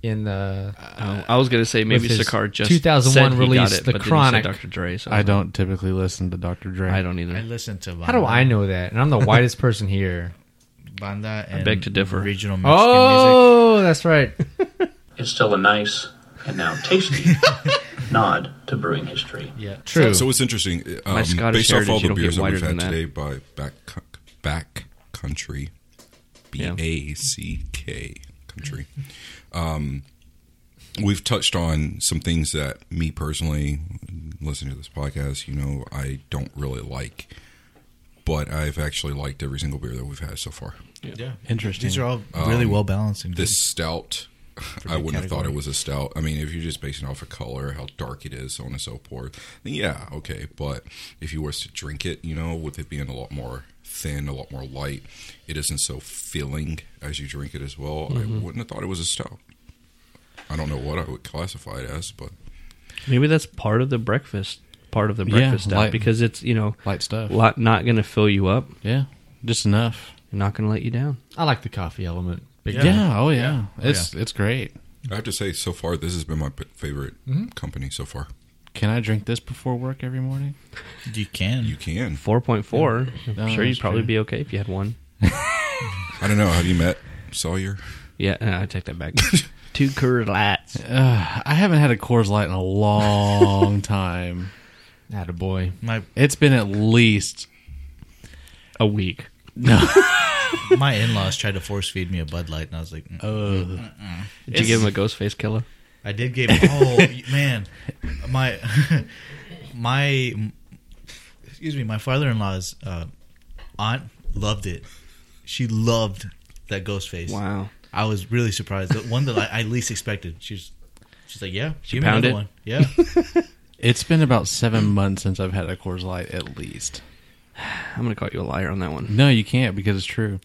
in the. Oh, I was gonna say maybe with his Sakar just 2001 said he got release, it, The but Chronic. Then he said Dr. Dre. So I don't typically listen to Dr. Dre. I don't either. I listen to Banda, how do I know that? And I'm the whitest person here. Banda and beg to differ. regional Mexican music. Oh, that's right. It's still a nice and now tasty nod to brewing history. True. So what's interesting, um, My Scottish based off all heritage, you the don't get beers that whiter we've than had that. today by back back country, B Yeah. A C K country, um, we've touched on some things that me personally, listening to this podcast, you know, I don't really like, but I've actually liked every single beer that we've had so far. Interesting. These are all really well balanced and This stout. I big wouldn't have thought category. it was a stout. I mean, if you're just basing off of color, how dark it is, so on and so forth, then yeah, okay. But if you was to drink it, you know, with it being a lot more thin, a lot more light, it isn't so filling as you drink it as well. I Mm-hmm. wouldn't have thought it was a stout. I don't know what I would classify it as, but Maybe that's part of the breakfast part of the Yeah, breakfast stout light- because it's you know light stuff. lot, not going to fill you up, Yeah, just enough. not going to let you down. I like the coffee element. Big Yeah. time. Oh yeah. It's it's great. I have to say, so far, this has been my p- favorite Mm-hmm. company so far. Can I drink this before work every morning? you can. You can. Four point four. No, I'm sure you'd that's probably true. be okay if you had one. I don't know. Have you met Sawyer? Yeah, uh, I take that back. Two curlats. Uh, I haven't had a Coors Light in a long time. Attaboy. My It's been at least a week. my in laws tried to force feed me a Bud Light, and I was like, mm. Did you give him a ghost face killer? I did give. Oh man, my my excuse me, my father-in-law's uh, aunt loved it. She loved that ghost face. Wow. I was really surprised. The one that I, I least expected. She's she's like, yeah, she pound it? one. Yeah, It's been about seven months since I've had a Coors Light at least. I'm going to call you a liar on that one. No, you can't because it's true.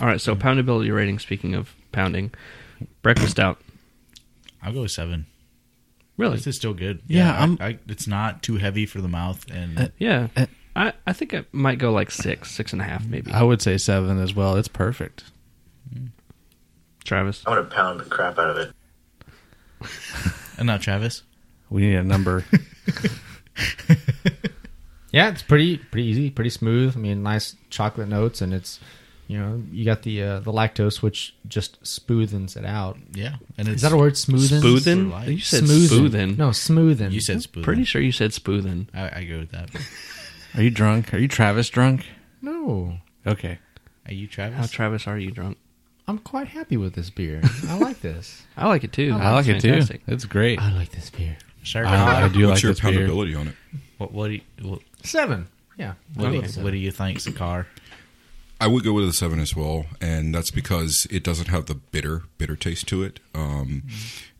All right, so poundability rating, speaking of pounding, breakfast out. I'll go with seven. Really? This is still good. Yeah, I'm- I, I, it's not too heavy for the mouth, and Uh, Yeah. I, I think I might go like six, six and a half maybe. Uh, Mm. I would say seven as well. It's perfect. Travis. I'm gonna pound the crap out of it. and not Travis. We need a number. Yeah, it's pretty pretty easy, pretty smooth. I mean, nice chocolate notes, and it's you know you got the uh, the lactose, which just smoothens it out. Yeah, and it's Is that a word? Smoothens. Spoothin? light. You said Smoothin. spoothin. No, smoothin. You said spoon. Pretty sure you said spoothin. I, I go with that. Are you drunk? Are you Travis drunk? no. Okay. Are you How Travis? Travis are you drunk? I'm quite happy with this beer. I like this. I like it too. I like it too. Fantastic. It's great. I like this beer. Sir, Uh, Uh, I, I do What's like your this beer. poundability on it? what, what do you what, Seven. Yeah. what, do, I'll you, go with what do you think, Sakar? I would go with a seven as well, and that's because it doesn't have the bitter bitter taste to it. Um,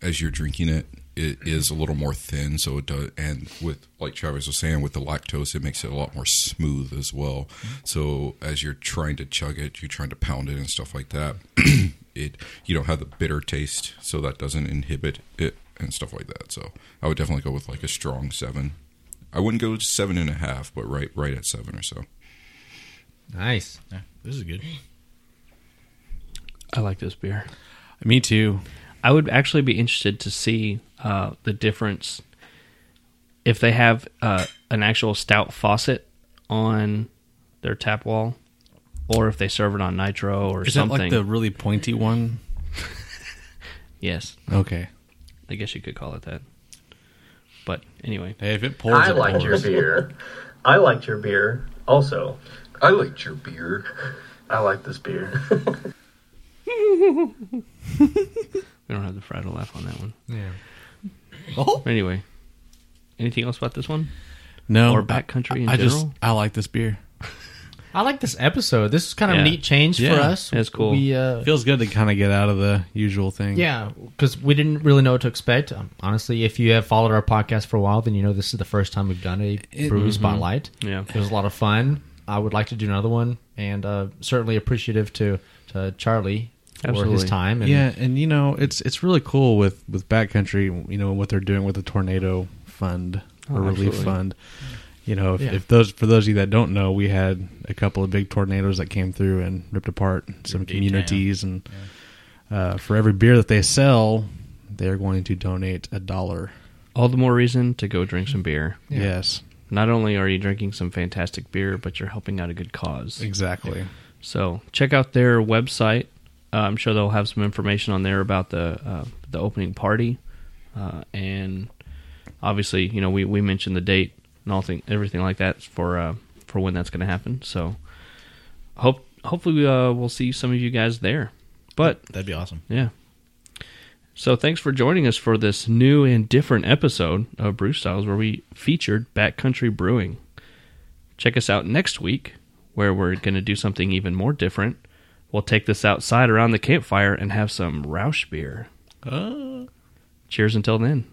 As you're drinking it, it is a little more thin, so it does. And with like Travis was saying, with the lactose, it makes it a lot more smooth as well. So as you're trying to chug it, you're trying to pound it and stuff like that. it you don't have the bitter taste, so that doesn't inhibit it and stuff like that. So I would definitely go with like a strong seven. I wouldn't go seven and a half, but right right at seven or so. seven. Nice. Yeah, this is good. I like this beer. Me too. I would actually be interested to see uh, the difference if they have uh, an actual stout faucet on their tap wall, or if they serve it on nitro or Is that something. like the really pointy one? yes, Okay. I guess you could call it that. But anyway, Hey, if it pours, it pours. beer. I liked your beer also. I liked your beer. I like this beer. we don't have the Friday laugh on that one. Yeah. Oh. Anyway, anything else about this one? No, Or backcountry in I, I just general? I like this beer. I like this episode. This is kind of Yeah. a neat change for Yeah, us. that's cool. We, uh, Feels good to kind of get out of the usual thing. yeah, because we didn't really know what to expect. Um, honestly, if you have followed our podcast for a while, then you know this is the first time we've done a Mm-hmm. brewery spotlight. Yeah. it was a lot of fun. I would like to do another one, and uh, certainly appreciative to to Charlie for his Absolutely. time. And yeah, and you know it's it's really cool with with backcountry. You know what they're doing with the tornado fund or Oh, relief absolutely. fund. You know, if, Yeah. if those for those of you that don't know, we had a couple of big tornadoes that came through and ripped apart some Ripped it communities, and uh, for every beer that they sell, they're going to donate a dollar. All the more reason to go drink some beer. Yes, Not only are you drinking some fantastic beer, but you're helping out a good cause. exactly. So check out their website. Uh, I'm sure they'll have some information on there about the uh, the opening party, uh, and obviously, you know, we, we mentioned the date and all thing, everything like that for uh, for when that's going to happen. So hope hopefully uh, we'll see some of you guys there. But That'd be awesome. yeah. So thanks for joining us for this new and different episode of Brew Styles where we featured backcountry brewing. Check us out next week where we're going to do something even more different. We'll take this outside around the campfire and have some Rausch beer. Cheers until then.